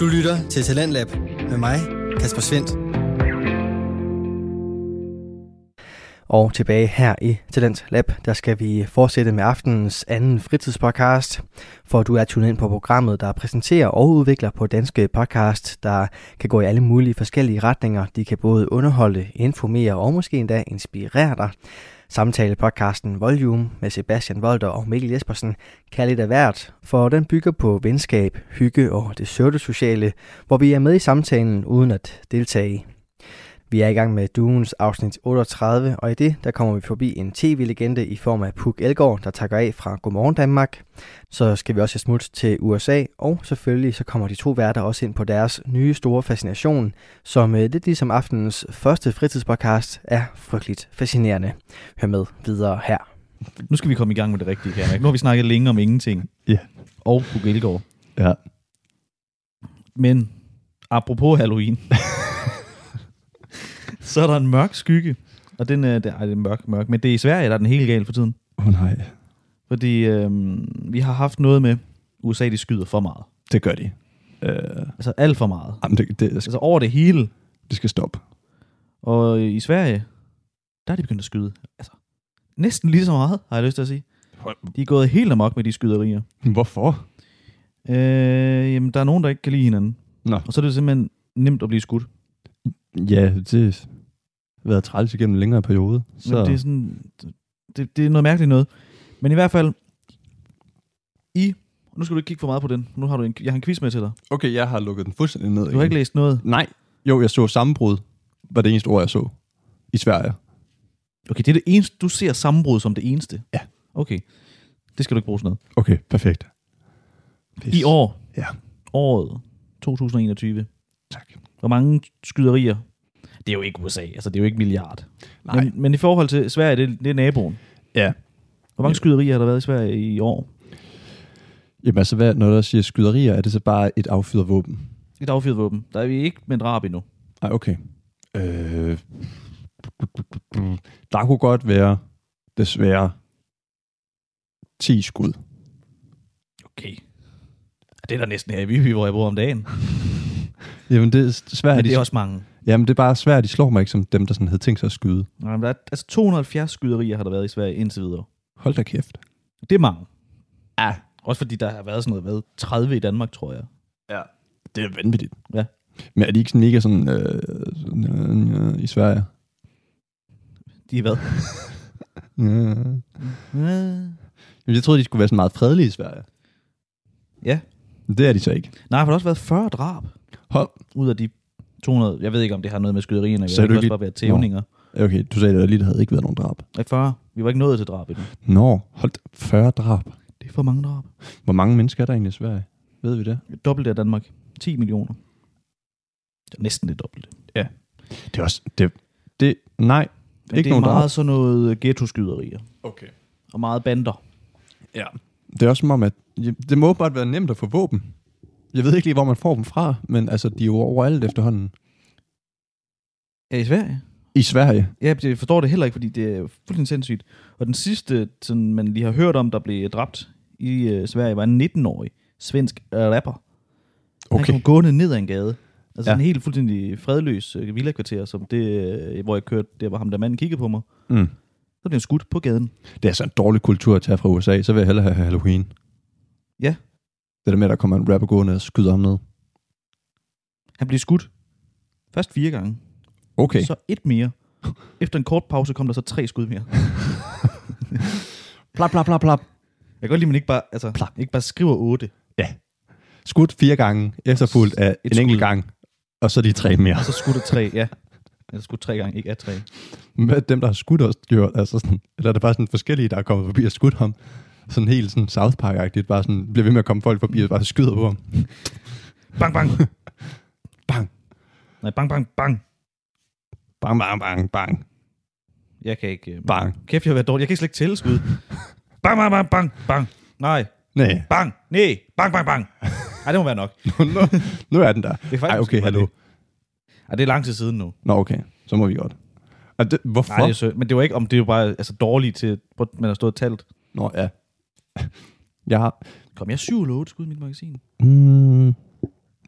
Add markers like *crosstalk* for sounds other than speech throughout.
Du lytter til Talentlab med mig, Kasper Svendt. Og tilbage her i Talent Lab, der skal vi fortsætte med aftenens anden fritidspodcast. For du er tunet ind på programmet, der præsenterer og udvikler på danske podcast, der kan gå i alle mulige forskellige retninger. De kan både underholde, informere og måske endda inspirere dig. Samtalepodcasten Volume med Sebastian Volter og Mikkel Jespersen kan lidt af hvert, for den bygger på venskab, hygge og det søde sociale, hvor vi er med i samtalen uden at deltage. Vi er i gang med Duens afsnit 38, og i det der kommer vi forbi en tv-legende i form af Puk Elgård, der takker af fra Godmorgen Danmark. Så skal vi også et smut til USA, og selvfølgelig så kommer de to værter også ind på deres nye store fascination, som øh, lidt ligesom aftenens første fritidspodcast er frygteligt fascinerende. Hør med videre her. Nu skal vi komme i gang med det rigtige, kan jeg mærke. Nu har vi snakket længe om ingenting. Ja. Og Puk Elgård. Ja. Men apropos Halloween, *laughs* så er der en mørk skygge. Og den er, ej, det er mørk, mørk, men det er i Sverige, der er den helt gal for tiden. Åh oh, nej, Fordi øh, vi har haft noget med, USA de skyder for meget. det gør de. Øh, Altså alt for meget. jamen, det, det, skal, Altså over det hele. det skal stoppe. Og øh, i Sverige, der er de begyndt at skyde. Altså, næsten lige så meget, har jeg lyst til at sige. De er gået helt amok med de skyderier. Hvorfor? Øh, jamen, der er nogen, der ikke kan lide hinanden. Nå. Og så er det simpelthen nemt at blive skudt. Ja, det har været træls igennem en længere periode. Så. Så Men det er det... sådan, det, det er noget mærkeligt noget. Men i hvert fald, i, nu skal du ikke kigge for meget på den. Nu har du en, jeg har en quiz med til dig. Okay, jeg har lukket den fuldstændig ned. Du har ikke læst noget. Nej, jo, jeg så sammenbrud, var det eneste ord, jeg så i Sverige. Okay, det er det eneste, du ser sammenbrud som det eneste. Ja. Okay, det skal du ikke bruge sådan noget. Okay, perfekt. Pis. I år, Ja. året 2021, Tak. hvor mange skyderier? Det er jo ikke USA, altså det er jo ikke milliard. Nej. Men, men i forhold til Sverige, det, er- det er naboen. Ja. Hvor mange Ja. skyderier har der været i Sverige i år? Jamen altså, hvad, når der siger skyderier, er det så bare et affyret våben? Et affyret våben. Der er vi ikke med en drab endnu. Nej, okay. Øh, der kunne godt være, desværre, 10 skud. Okay. Det er der næsten her i Viby, hvor jeg bor om dagen. Jamen, det er svært. Men det er også mange. Jamen, det er bare svært, de slår mig ikke som dem, der sådan havde tænkt sig at skyde. Nej, men der er, altså 270 skyderier har der været i Sverige indtil videre. Hold da kæft. Det er mange. Ja. Også fordi der har været sådan noget, hvad, 30 i Danmark, tror jeg. Ja, det er vanvittigt. Ja. Men er de ikke sådan mega sådan, øh, sådan øh, øh, i *laughs* Sverige? De er hvad? Ja. Jamen, jeg troede, de skulle være sådan meget fredelige i Sverige. *laughs* Ja. Men Det er de så ikke. Nej, for der har også været 40 drab Hold. ud af de 200. Jeg ved ikke, om det har noget med skyderierne. at Sagde gøre. du Det kan også ikke bare være tævninger. Okay, du sagde, at der lige havde ikke været nogen drab. Nej, 40. Vi var ikke nået til drab endnu. Nå, holdt 40 drab. Det er for mange drab. Hvor mange mennesker er der egentlig i Sverige? Ved vi det? Dobbelt af Danmark. 10 millioner. Det er næsten det dobbelte. Det er også... Det, det, nej. Men Ikke det er nogen drab. meget sådan noget ghetto-skyderier. Okay. Og meget bander. Ja. Det er også som om, at det må bare være nemt at få våben. Jeg ved ikke lige, hvor man får dem fra, men altså, de er jo overalt efterhånden. Ja, i Sverige. I Sverige? Ja, jeg forstår det heller ikke, fordi det er fuldstændig sindssygt. Og den sidste, sådan, man lige har hørt om, der blev dræbt i øh, Sverige, var en 19-årig svensk rapper. Han kom gående ned ad en gade. Altså Ja. ja. en helt fuldstændig fredløs øh, villakvarter, som det, øh, hvor jeg kørte, der var ham, der manden kiggede på mig. Mm. Så blev han skudt på gaden. Det er altså en dårlig kultur at tage fra USA, så vil jeg hellere have Halloween. Ja. Det der med, at der kommer en rapper gående og skyder ham ned. Han blev skudt. Først fire gange. Okay. Så et mere. Efter en kort pause kom der så tre skud mere. Plap, plap, plap, plap. Jeg kan godt lide, at man ikke bare, altså, Plak. ikke bare skriver otte, Skudt fire gange, efterfulgt af Et en enkelt skud. gang, og så lige tre mere. og så skudt af tre, ja. Eller skudt tre gange, ikke af tre. Hvad er dem, der har skudt også gjort? Altså sådan, eller er det bare sådan forskellige, der er kommet forbi og skudt ham? Sådan helt sådan South Park-agtigt, bare sådan, bliver ved med at komme folk forbi og bare skyder på ham. Bang, *laughs* bang. Bang. Nej, bang, bang, bang. Bang, bang, bang, bang, Jeg kan ikke... Øh, bang. Kæft, jeg har været dårlig. Jeg kan slet ikke tælle *laughs* skud. bang, bang, bang, bang, bang. Nej, Nej, bang, nej, bang, bang, bang. Ej, det må være nok. nu, nu, nu er den der. Det er faktisk- Ej, okay, hallo. Ej, det er lang tid siden nu. Nå, okay, så må vi godt. Og det, hvorfor? Nej, det er sø- men det var ikke om, det var bare altså, dårligt til, hvor man har stået og talt. Nå, ja. *laughs* Jeg har... Kom, jeg er syv eller otte skud i mit magasin. Mm,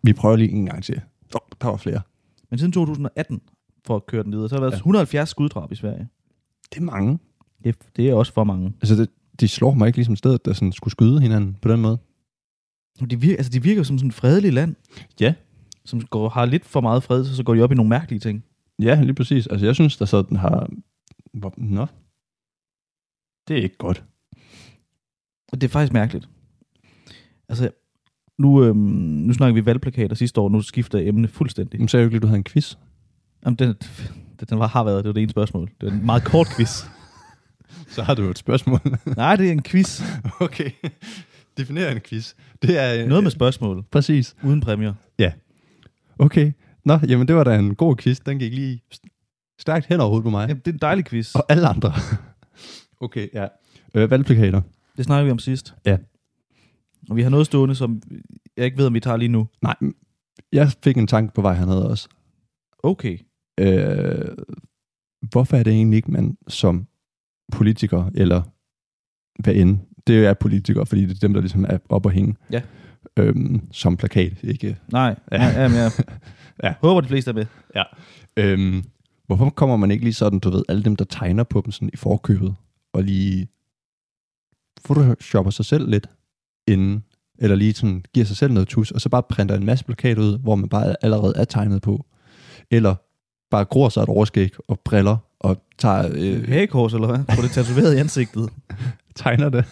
Vi prøver lige en gang til. Oh, der var flere. Men siden 2018, for at køre den videre, så har der været ja. 170 skuddrab i Sverige. Det er mange. Det, det er også for mange. Altså, det, de slår mig ikke ligesom stedet, der sådan skulle skyde hinanden på den måde. Men De virker, altså, de virker jo som sådan et fredeligt land, Ja. som går, har lidt for meget fred, så, så går de op i nogle mærkelige ting. Ja, lige præcis. Altså, jeg synes, der så den har... Hvor- Nå. Det er ikke godt. Og det er faktisk mærkeligt. Altså, nu, øhm, nu snakker vi valgplakater sidste år, nu skifter jeg emne fuldstændig. Men sagde jo ikke, lige, du havde en quiz. Jamen, den, den, den var, har været, det var det ene spørgsmål. Det var en meget kort *laughs* quiz. Så har du jo et spørgsmål. Nej, det er en quiz. *laughs* okay. Definer en quiz. Det er... øh, Noget med spørgsmål, Præcis. uden præmier. Okay. Nå, jamen det var da en god quiz. Den gik lige st- stærkt hen over hovedet på mig. Jamen, det er en dejlig quiz. Og alle andre. *laughs* okay, ja. Øh, valgplakater. Det snakker vi om sidst. Ja. Og vi har noget stående, som jeg ikke ved, om vi tager lige nu. Nej, jeg fik en tanke på vej hernede også. Okay. Øh, hvorfor er det egentlig ikke, man som politiker, eller hvad end, det er politikere, fordi det er dem, der ligesom er op og hænge, Ja. øhm, som plakat, ikke? Nej. Ja. Ja. Ja, ja, Ja. ja. Håber, de fleste er med. Øhm, hvorfor kommer man ikke lige sådan, du ved, alle dem, der tegner på dem sådan i forkøbet, og lige photoshopper sig selv lidt inden, eller lige sådan giver sig selv noget tus, og så bare printer en masse plakat ud, hvor man bare allerede er tegnet på. Eller bare gror sig et overskæg og briller, og tager, *laughs* øh, Hagekors, eller hvad? Få det tatoveret i ansigtet. *laughs* tegner det.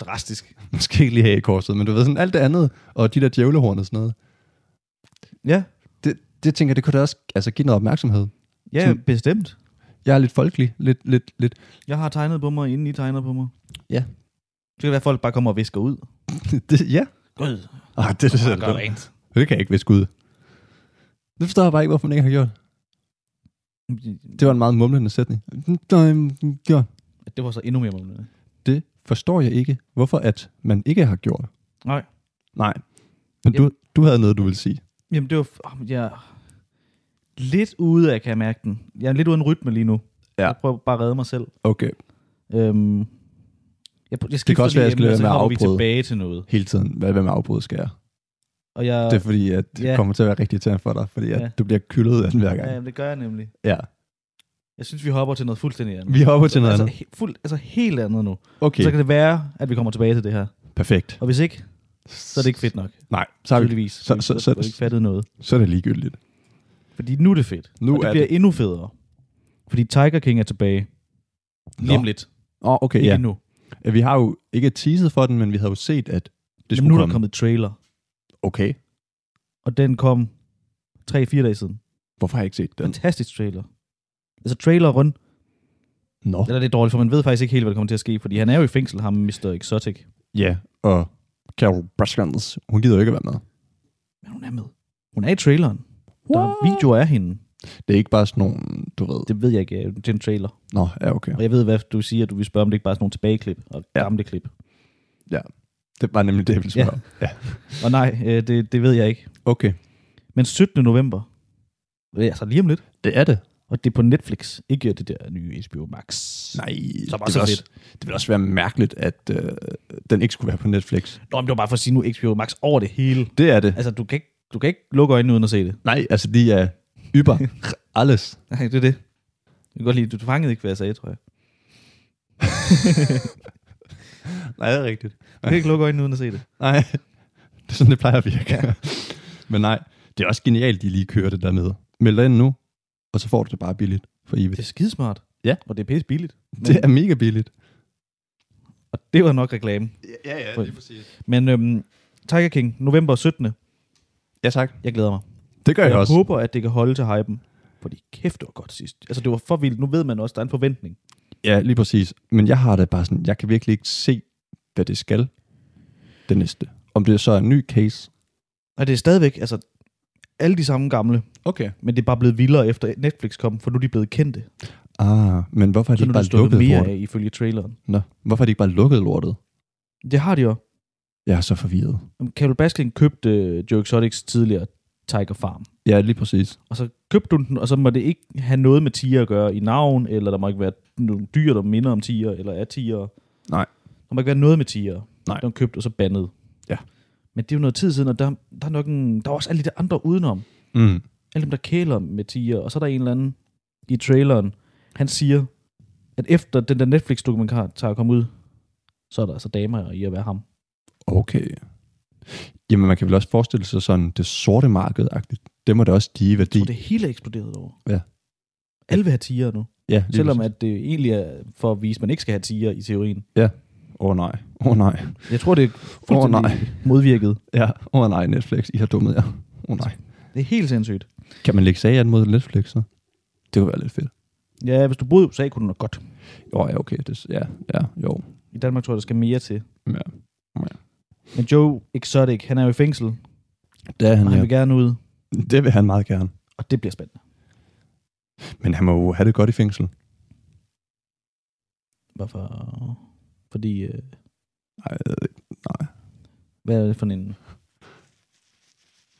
Drastisk. Måske ikke lige have i korset, men du ved sådan alt det andet, og de der djævlehorn og sådan noget. Ja. Det, det tænker jeg, det kunne da også altså, give noget opmærksomhed. Ja, Sådan- bestemt. Jeg er lidt folkelig, lidt, lidt, lidt Jeg har tegnet på mig, inden I tegner på mig. Ja. Så kan det være, at folk bare kommer og visker ud. *laughs* det, ja. Gud, Ah, det, det, det, det, rent. det kan jeg ikke viske ud. Det forstår jeg bare ikke, hvorfor man ikke har gjort. Det var en meget mumlende sætning. Nej, mm, gjort. Det var så endnu mere målende. Det forstår jeg ikke, hvorfor at man ikke har gjort. Nej. Nej. Men du, du havde noget, du ville sige. Jamen, det var... f- åh, Jeg er lidt ude af, kan jeg mærke den. Jeg er lidt uden rytme lige nu. Ja. Jeg prøver bare at redde mig selv. Okay. Øhm, jeg, jeg skifter kan også lige være, jeg skal emne, lade og så være med at kommer vi afbryde. tilbage til noget. Hele tiden, hvad, hvad med afbrud skal jeg? Og jeg, Det er fordi, at det Ja. kommer til at være rigtig irriterende for dig, fordi at Ja. du bliver kyldet af den hver gang. ja, jamen, det gør jeg nemlig. Ja. Jeg synes, vi hopper til noget fuldstændig andet. Vi hopper til noget altså, andet. he- Fuld, altså helt andet nu. Okay. Okay, Så kan det være, at vi kommer tilbage til det her. perfekt. Og hvis ikke, så er det ikke fedt nok. Nej, så, har vi, tydeligvis. så- så- så- har vi ikke fattet noget. så er det ligegyldigt. Fordi nu er det fedt. Nu og det er bliver endnu federe. Fordi Tiger King er tilbage. Lige om lidt. Åh, oh, okay, Ikke ja. endnu. Ja, Vi har jo ikke teaset for den, men vi havde jo set, at det Men nu skulle er der komme. kommet trailer. Okay, Og den kom 3-4 dage siden. hvorfor har jeg ikke set den? Fantastisk trailer. Altså trailer rundt. Nå. Eller det er dårligt, for man ved faktisk ikke helt, hvad der kommer til at ske. Fordi han er jo i fængsel, ham Mr. Exotic. Ja, og Carol Baskins, hun gider jo ikke at være med. Men hun er med. Hun er i traileren. Der er What? videoer af hende. Det er ikke bare sådan nogle, du ved. Det ved jeg ikke. øh, Det er en trailer. Nå, ja, okay. Og jeg ved, hvad du siger. Du vil spørge, om det ikke bare er sådan nogle tilbageklip og Ja. gamle klip. Det var nemlig det, jeg ville Ja. spørge om. Ja. Og nej, øh, det, det ved jeg ikke. Okay, Men 17. november. Det er Altså lige om lidt. det er det. Og det er på Netflix. Ikke det der nye HBO Max. Nej, Så var det, så vil også, det ville også være mærkeligt, at øh, den ikke skulle være på Netflix. Nå, men det var bare for at sige nu er HBO Max over det hele. Det er det. Altså, du kan ikke, du kan ikke lukke øjnene uden at se det. Nej, altså de er *laughs* yber alles. Nej, det er det. Jeg kan godt lide, du fangede ikke, hvad jeg sagde, tror jeg. *laughs* Nej, det er rigtigt. Du kan ikke lukke øjnene uden at se det. Nej, *laughs* det er sådan, det plejer at virke. Ja. *laughs* Men nej, det er også genialt, de lige kører det der med. Meld dig ind nu, og så får du det bare billigt for evigt. Det Det, er skidesmart. Ja. Og det er pisse billigt. Men, det er mega billigt. Og det var nok reklame. Ja, ja, lige præcis. Men øhm, Tiger King, november 17. Ja, tak. Jeg glæder mig. Det gør jeg, jeg også. håber, at det kan holde til hypen. Fordi kæft, det var godt sidst. Altså, det var for vildt. Nu ved man også, der er en forventning. Ja, lige præcis. Men jeg har det bare sådan, jeg kan virkelig ikke se, hvad det skal, det næste. Om det så er en ny case. Og det er stadigvæk, altså, alle de samme gamle. Okay. Men det er bare blevet vildere efter Netflix kom, for nu er de blevet kendte. Ah, men hvorfor har de Så nu ikke er der bare stået lukket mere lortet? af, ifølge traileren. Nå, hvorfor har de ikke bare lukket lortet? Det har de jo. Jeg er så forvirret. Carol Baskin købte øh, Joe Exotics tidligere Tiger Farm. Ja, lige præcis. Og så købte du den, og så må det ikke have noget med tiger at gøre i navn, eller der må ikke være nogle dyr, der minder om tiger, eller er tiger. Nej. Der må ikke være noget med tiger. Nej. Den købte og så bandet. Ja. Men det er jo noget tid siden, og der, der, er nok en, der er også alle de der andre udenom. Mm. Alle dem, der kæler med tiger. Og så er der en eller anden i traileren, han siger, at efter den der Netflix-dokumentar tager kom ud, så er der altså damer i at være ham. Okay. Jamen, man kan vel også forestille sig sådan det sorte marked-agtigt. Det må da også stige i værdi. Så det hele er eksploderet over. Ja. Alle vil have tiger nu. Ja, lige Selvom præcis. at det egentlig er for at vise, at man ikke skal have tiger i teorien. Åh oh, nej, åh oh, nej, Jeg tror, det er åh oh, fuldstændig nej. modvirket. Ja, åh oh, nej, Netflix, I har dummet jer. Åh oh, nej. Det er helt sindssygt. Kan man lægge sag an mod Netflix, så? Det kunne være lidt fedt. Ja, hvis du boede i USA, kunne du nok godt. Jo, ja, okay, det, ja, ja, jo. I Danmark tror jeg, der skal mere til. Ja. Men Joe Exotic, han er jo i fængsel, Det, er han, og han ja. vil gerne ud, det vil han meget gerne. og det bliver spændende. Men han må jo have det godt i fængsel. Hvorfor? Fordi, øh, Nej, jeg ved ikke. nej. hvad er det for en...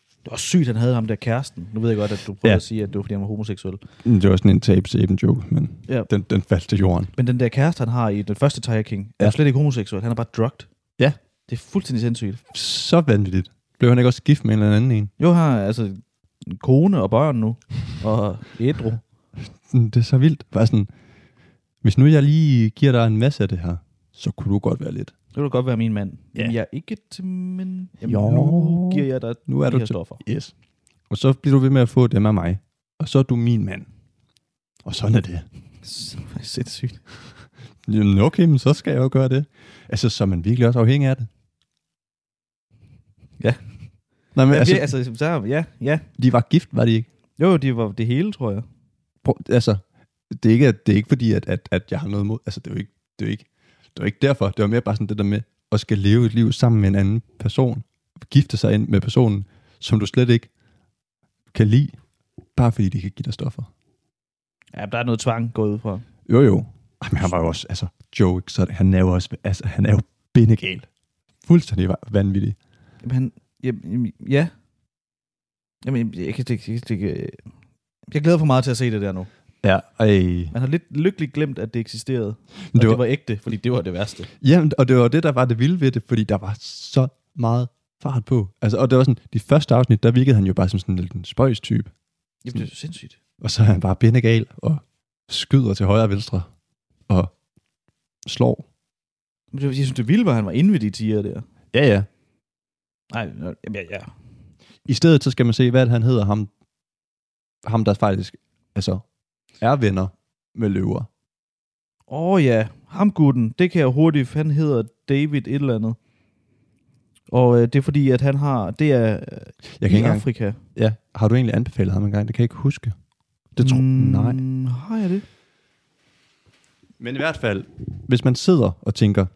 Det var sygt, han havde ham der kæresten. Nu ved jeg godt, at du prøver Ja. at sige, at det var, fordi han var homoseksuel. Men Det var sådan en tape sæben joke, men Ja. den, den faldt til jorden. Men den der kæreste, han har i den første Tiger King, ja. er Ja. jo slet ikke homoseksuel. Han er bare drugged. Ja. Det er fuldstændig sindssygt. Så vanvittigt. Blev han ikke også gift med en eller anden en? Jo, han har altså en kone og børn nu, og ædru. Mm, Det er så vildt. Bare sådan, hvis nu jeg lige giver dig en masse af det her, så kunne du godt være lidt. Det kunne godt være min mand. Ja. Jamen, jeg er ikke til men... Jamen, Jo. nu giver jeg dig Nu er de du her *laughs* til. stoffer. Yes. Og så bliver du ved med at få dem af mig. Og så er du min mand. Og sådan er det. Så sindssygt. Jamen okay, men så skal jeg jo gøre det. Altså, så er man virkelig også afhængig af det. Ja. Nej, men Ja, altså, altså, altså, så, ja, ja. de var gift, var de ikke? Jo, det var det hele, tror jeg. Prøv, altså, det er ikke, det er ikke fordi, at, at, at jeg har noget mod... Altså, det er jo ikke, det er jo ikke, det er jo ikke derfor. Det var mere bare sådan det der med at skal leve et liv sammen med en anden person. Gifte sig ind med personen, som du slet ikke kan lide, bare fordi de kan give dig stoffer. Ja, men der er noget tvang gået ud fra. Jo, jo. Ej, men han var jo også... Altså, Joe, så han er jo også... Altså, han er jo bindegal. Fuldstændig va- vanvittig. Jamen, han, jamen, jamen, ja. Jamen, jeg, kan, det, det, det, kan- jeg glæder for meget til at se det der nu. Ja, ej. Man har lidt lykkeligt glemt, at det eksisterede. Og Men det var, det var ægte, fordi det var det værste. Jamen, og det var det, der var det vilde ved det, fordi der var så meget fart på. Altså, og det var sådan, de første afsnit, der virkede han jo bare som sådan lidt en spøjs type. Jamen, det er jo sindssygt. Og så er han bare bindegal og skyder til højre og venstre og slår. Men det, jeg synes, det vilde var, at han var inde ved de tiger der. Ja, ja. Nej, nå, jamen, ja, ja. I stedet så skal man se, hvad han hedder ham, ham der faktisk altså, er venner med løver. Åh oh, ja, ham gutten, det kan jeg hurtigt, han hedder David et eller andet. Og øh, det er fordi, at han har, det er øh, Jeg kan i ikke engang, Afrika. ja, har du egentlig anbefalet ham engang? Det kan jeg ikke huske. Det tror mm. nej. Har jeg det? Men i hvert fald, hvis man sidder og tænker,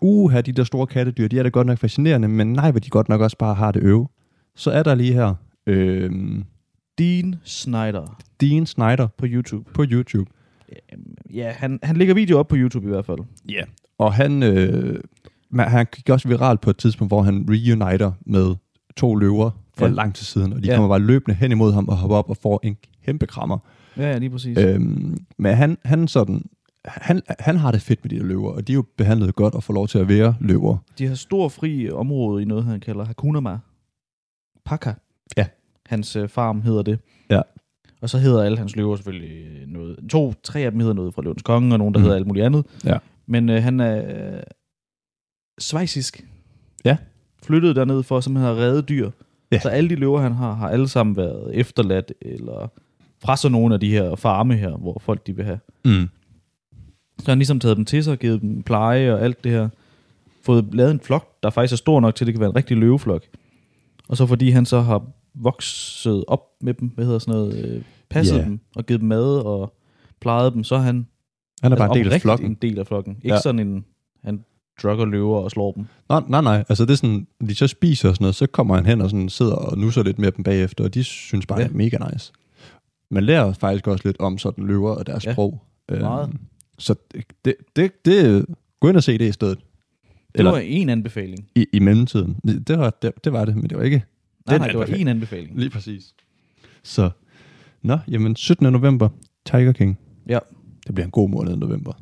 uha, de der store kattedyr, de er da godt nok fascinerende, men nej, hvor de godt nok også bare har det øve. Så er der lige her øh, Dean Snyder Dean Snyder på YouTube. på YouTube. Ja, han, han lægger video op på YouTube i hvert fald. Ja. Yeah. Og han, øh, man- han gik også viralt på et tidspunkt, hvor han reuniter med to løver for Ja. ja. lang tid siden, og de Ja. ja. kommer bare løbende hen imod ham og hopper op og får en kæmpe krammer. Ja, ja, lige præcis. Øh. Øhm, men han, han, sådan, han, han har det fedt med de der løver, og de er jo behandlet godt og får lov til at være løver. De har stor fri område i noget, han kalder Hakunama. Paka. Ja. Hans øh, farm hedder det. Ja. Og så hedder alle hans løver selvfølgelig øh, noget. To, tre af dem hedder noget fra Løvens Konge, og nogen, der mm. Mhm. hedder alt muligt andet. Ja. Men øh, han er øh, svejsisk. Ja. Flyttet derned for simpelthen at redde dyr. Ja. Så alle de løver, han har, har alle sammen været efterladt, eller fra sådan nogle af de her farme her, hvor folk de vil have. Mm. Så har han ligesom taget dem til sig, givet dem pleje og alt det her. Fået lavet en flok, der faktisk er stor nok til, at det kan være en rigtig løveflok. Og så fordi han så har vokset op med dem, hvad hedder sådan noget, øh, passet Ja. yeah. dem og givet dem mad og plejet dem, så er han Han er bare en del Altså, af oprigtigt flokken. en del af flokken. Ikke ja. Ja. sådan en, han drukker løver og slår dem. Nej, nej, nej. Altså det er sådan, de så spiser og sådan noget, så kommer han hen og sådan sidder og nusser lidt med dem bagefter, og de synes bare, Ja. ja. det er mega nice. Man lærer faktisk også lidt om sådan løver og deres Ja, ja. sprog. Øhm, meget. Så det, det, det, det, gå ind og se det i stedet. Det Eller var en anbefaling. i, i mellemtiden. Det, det var, det, det var det, men det var ikke Nej, Den nej, det var anbefaling. en anbefaling. lige præcis. Så, nå, jamen 17. november, Tiger King. Ja. Det bliver en god måned i november.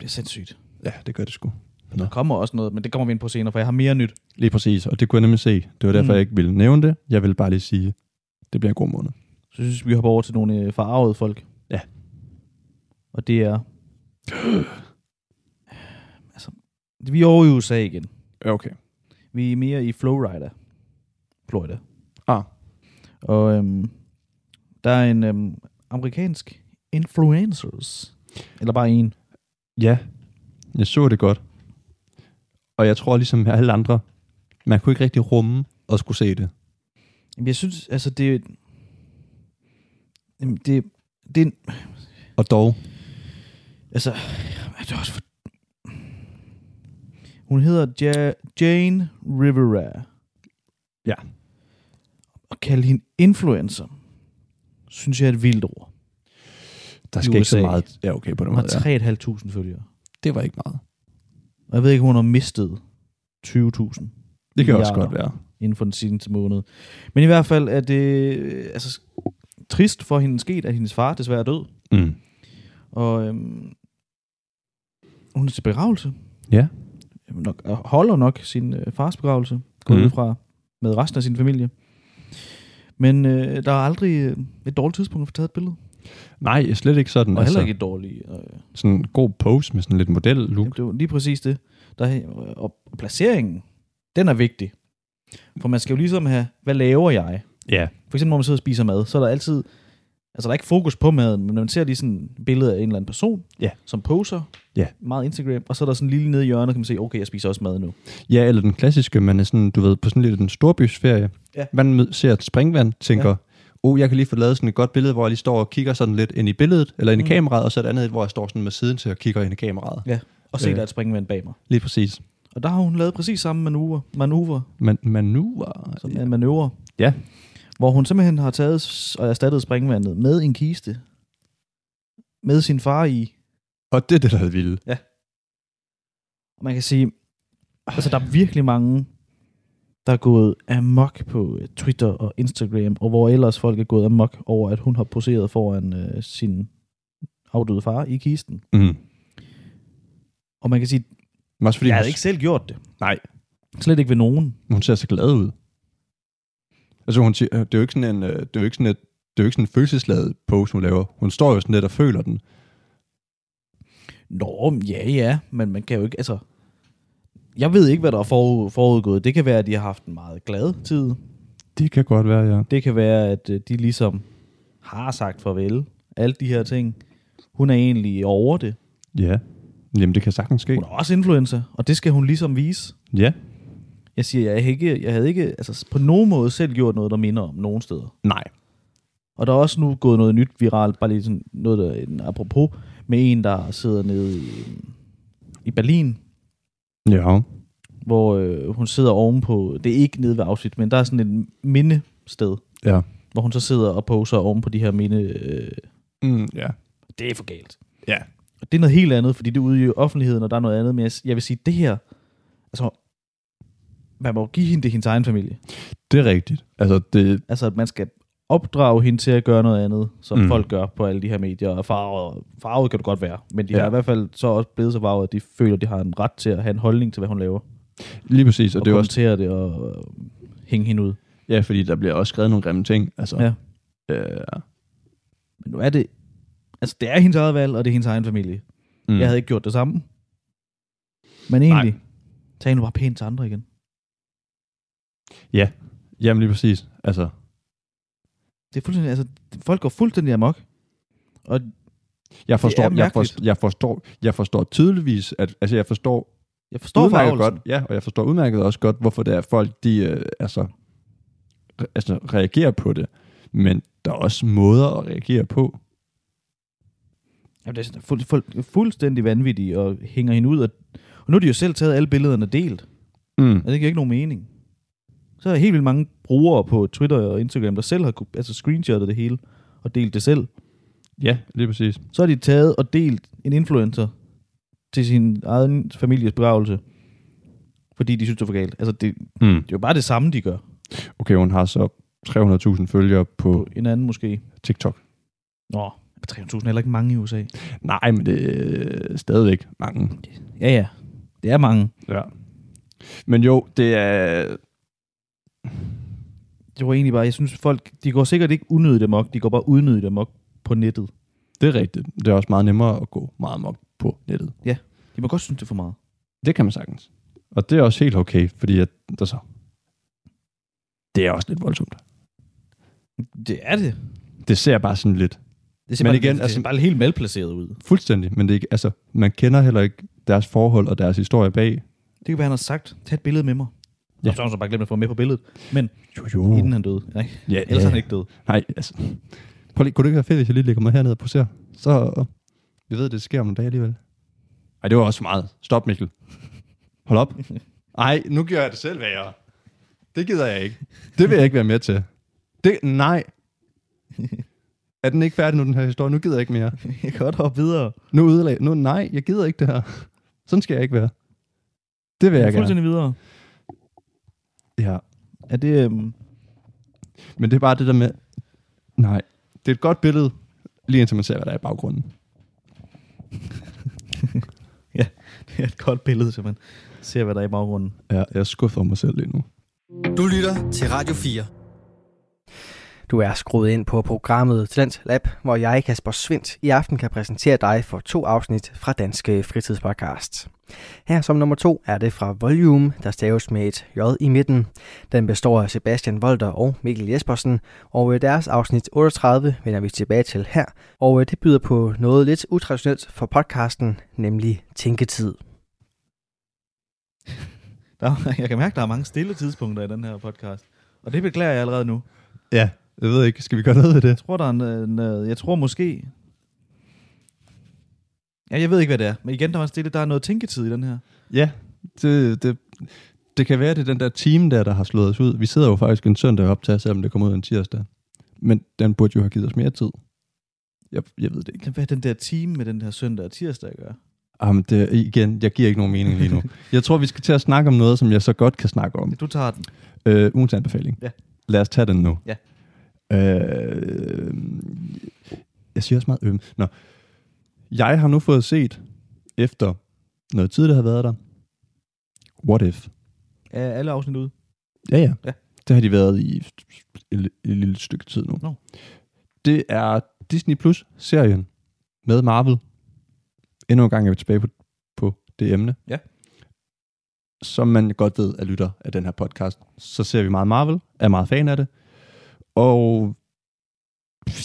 Det er sindssygt. Ja, det gør det sgu. Der kommer også noget, men det kommer vi ind på senere, for jeg har mere nyt. Lige præcis, og det kunne jeg nemlig se. Det var derfor, Mm. mm. jeg ikke ville nævne det. Jeg ville bare lige sige, det bliver en god måned. Så synes jeg, vi hopper over til nogle øh, forarvede folk. Ja. Og det er... altså, vi er over i USA igen. Okay. Vi er mere i Florida. Florida. Ah. Og øhm, der er en øhm, amerikansk influencers. Eller bare en. Ja, jeg så det godt. Og jeg tror ligesom alle andre, man kunne ikke rigtig rumme at skulle se det. Jamen, jeg synes, altså det... Jamen, det, det er en, Og dog, Altså, er det også for... Hun hedder ja- Jane Rivera. Ja. Og kalde hende influencer, synes jeg er et vildt ord. der I skal ikke så USA. meget... Ja, okay, på den Hun har måde. Ja. 3.500 følgere. Det var ikke meget. Og jeg ved ikke, om hun har mistet 20.000 Det kan også Milliarder. godt være. inden for den seneste måned. Men i hvert fald er det øh, altså, trist for hende sket, at hendes far desværre er død. Mm. Og øhm, hun er til begravelse. Ja. Nok, øh, holder nok sin øh, fars begravelse, går mm. Mhm. ud fra med resten af sin familie. Men øh, der er aldrig øh, et dårligt tidspunkt at få taget et billede. Nej, slet ikke sådan. Og heller ikke Altså, et dårligt. Øh, sådan en god pose med sådan lidt model look. det var lige præcis det. Der, er- øh, og placeringen, den er vigtig. For man skal jo ligesom have, hvad laver jeg? Ja. For eksempel, når man sidder og spiser mad, så er der altid... Altså, der er ikke fokus på maden, men når man ser lige sådan et billede af en eller anden person, Ja. som poser, Ja. meget Instagram, og så er der sådan en lille nede i hjørnet, kan man se, okay, jeg spiser også mad nu. Ja, eller den klassiske, man er sådan, du ved, på sådan lidt en storbysferie. Ja. Man mød- ser et springvand, tænker, Ja. ja. oh, jeg kan lige få lavet sådan et godt billede, hvor jeg lige står og kigger sådan lidt ind i billedet, eller ind i Mm. kameraet, og så et andet, hvor jeg står sådan med siden til og kigger ind i kameraet. Ja. Og se, Øh. der er et springvand bag mig. Lige præcis. Og der har hun lavet præcis samme manøvre, manøvre, Man, man nu var... som ja. manøvre Ja. hvor hun simpelthen har taget s- og erstattet springvandet med en kiste, med sin far i, Og det er det, der er det vilde. Og man kan sige, altså der er virkelig mange, der er gået amok på øh, Twitter og Instagram, og hvor ellers folk er gået amok over, at hun har poseret foran øh, sin afdøde far i kisten. Mm. Og man kan sige, Men også fordi, jeg ja, havde hun, ikke ikke... selv gjort det. Nej. Slet ikke ved nogen. hun ser så glad ud. Altså, hun siger, det er jo ikke sådan en, øh, det er jo ikke sådan et, det er jo ikke sådan en følelsesladet pose, hun laver. Hun står jo sådan lidt og føler den. Nå, men ja, ja, men man kan jo ikke, altså... Jeg ved ikke, hvad der er forud, forudgået. Det kan være, at de har haft en meget glad tid. Det kan godt være, ja. Det kan være, at øh, de ligesom har sagt farvel. Alle de her ting. Hun er egentlig over det. Ja. Jamen, det kan sagtens ske. Hun er også influencer, og det skal hun ligesom vise. Ja. Jeg siger, jeg, havde ikke, jeg havde ikke altså, på nogen måde selv gjort noget, der minder om nogen steder. Nej. Og der er også nu gået noget nyt viralt, bare lige sådan noget der, en apropos, med en, der sidder nede i, i Berlin, Ja. hvor øh, hun sidder ovenpå, det er ikke nede ved Auschwitz, men der er sådan et mindested, Ja. hvor hun så sidder og poser ovenpå de her minde. Øh, Mm, ja. det er for galt. Ja. Og det er noget helt andet, fordi det er ude i offentligheden, og der er noget andet, men jeg, jeg vil sige, det her, altså, man må jo give hende det i hendes egen familie. Det er rigtigt. Altså, det, Altså, at man skal opdrage hende til at gøre noget andet, som mm. Mm. folk gør på alle de her medier. Og farvet, farvet kan du godt være, men de ja. Ja. har i hvert fald så også blevet så farvet, at de føler, at de har en ret til at have en holdning til, hvad hun laver. lige præcis, og, og det er jo også... kommentere også... det og øh, hænge hende ud. Ja, fordi der bliver også skrevet nogle grimme ting. Altså, Ja. Øh, Men nu er det... Altså, det er hendes eget valg, og det er hendes egen familie. Mm. mm. Jeg havde ikke gjort det samme. Men egentlig, Nej. tag nu bare pænt til andre igen. Jamen, lige præcis. Altså, Det er fuldstændig... Altså, folk går fuldstændig amok. Og jeg forstår, jeg, mærkeligt. forstår, jeg, forstår, jeg forstår tydeligvis, at altså, jeg forstår, jeg forstår udmærket farvelsen. godt, ja, og jeg forstår udmærket også godt, hvorfor det er at folk, de øh, altså, re, altså, reagerer på det. Men der er også måder at reagere på. Jamen, det er sådan fuld, fuld, fuldstændig vanvittigt og hænger hende ud. Og, og nu har de jo selv taget alle billederne og delt. Mm. Og det giver ikke nogen mening. Så er der helt vildt mange brugere på Twitter og Instagram, der selv har ku- altså screenshotet det hele og delt det selv. Ja, lige præcis. Så har de taget og delt en influencer til sin egen families begravelse, fordi de synes, det er for galt. Altså, det, det Mm. er jo bare det samme, de gør Okay, hun har så 300.000 følgere på på en anden måske. TikTok. Nå, 300.000 er heller ikke mange i USA. Nej, men det er stadigvæk mange. Ja, ja. Det er mange. Ja. Men jo, det er... Det var egentlig bare, jeg synes folk, de går sikkert ikke unødigt amok, de går bare unødigt amok på nettet. Det er rigtigt. Det er også meget nemmere at gå meget mok på nettet. De må godt synes, det er for meget. Det kan man sagtens. Og det er også helt okay, fordi at, der så... Det er også lidt voldsomt. Det er det. Det ser bare sådan lidt Det ser, Men bare, igen, det, altså- ser bare helt malplaceret ud. fuldstændig, men det er ikke, altså, man kender heller ikke deres forhold og deres historie bag. Det kan være, han har sagt, tag et billede med mig. Ja. Ja. Og så har han så bare glemt at få ham med på billedet, Jo, jo. uh. inden han døde. Nej, Ja, ellers ja. er han ikke død. *laughs* Nej, altså. Prøv lige, kunne det ikke være fedt, hvis jeg lige lægger mig hernede og poserer? Så, vi ved, det sker om en dag alligevel. Ej, det var også for meget. Stop, Mikkel. Hold op. *laughs* Ej, nu gør jeg det selv værre. Det gider jeg ikke. Det vil jeg ikke være med til. Det, nej. Er den ikke færdig nu, den her historie? Nu gider jeg ikke mere. jeg kan godt hoppe videre. Nu ødelag. Nu, nej, jeg gider ikke det her. Sådan skal jeg ikke være. Det vil jeg gerne. Fuldstændig videre. Ja. Er det, øhm, Men det er bare det der med, nej, det er et godt billede, lige indtil man ser, hvad der er i baggrunden. *laughs* det er et godt billede, så man ser, hvad der er i baggrunden. Ja, jeg er skuffet over mig selv lige nu. Du lytter til Radio 4. Du er skruet ind på programmet Talent Lab, hvor jeg, Kasper Svindt, i aften kan præsentere dig for to afsnit fra Danske Fritidspodcast. Her som nummer to er det fra Volume, der staves med et J i midten. Den består af Sebastian Volter og Mikkel Jespersen, og øh, deres afsnit 38 vender vi tilbage til her. Og øh, det byder på noget lidt utraditionelt for podcasten, nemlig tænketid. Der *laughs* er, jeg kan mærke, der er mange stille tidspunkter i den her podcast. Og det beklager jeg allerede nu. Ja, jeg ved ikke, skal vi gøre noget ved Jeg det? tror, der er en, en, øh, jeg tror måske... Ja, jeg ved ikke, hvad det er. Men igen, der var stille. Der er noget tænketid i den her. Ja, det, det, det kan være, det er den der time der, der har slået os ud. Vi sidder jo faktisk en søndag og optager, selvom det kommer ud en tirsdag. Men den burde jo have givet os mere tid. Jeg, jeg ved det ikke. Hvad er den der time med den her søndag og tirsdag gør? Jamen, det, igen, jeg giver ikke nogen mening lige nu. *laughs* jeg tror, vi skal til at snakke om noget, som jeg så godt kan snakke om. Du tager den. Øh, ugens anbefaling. Ja. Lad os tage den nu. Ja. Øh, jeg siger også meget øm. Nå. Jeg har nu fået set, efter noget tid, der har været der, What If. Er alle afsnit ude? Ja, ja. Ja. Det har de været i et, et, et lille stykke tid nu. Nå. Det er Disney Plus-serien med Marvel. Endnu en gang er vi tilbage på, på det emne. Ja. Som man godt ved af lytter af den her podcast, så ser vi meget Marvel, er meget fan af det. Og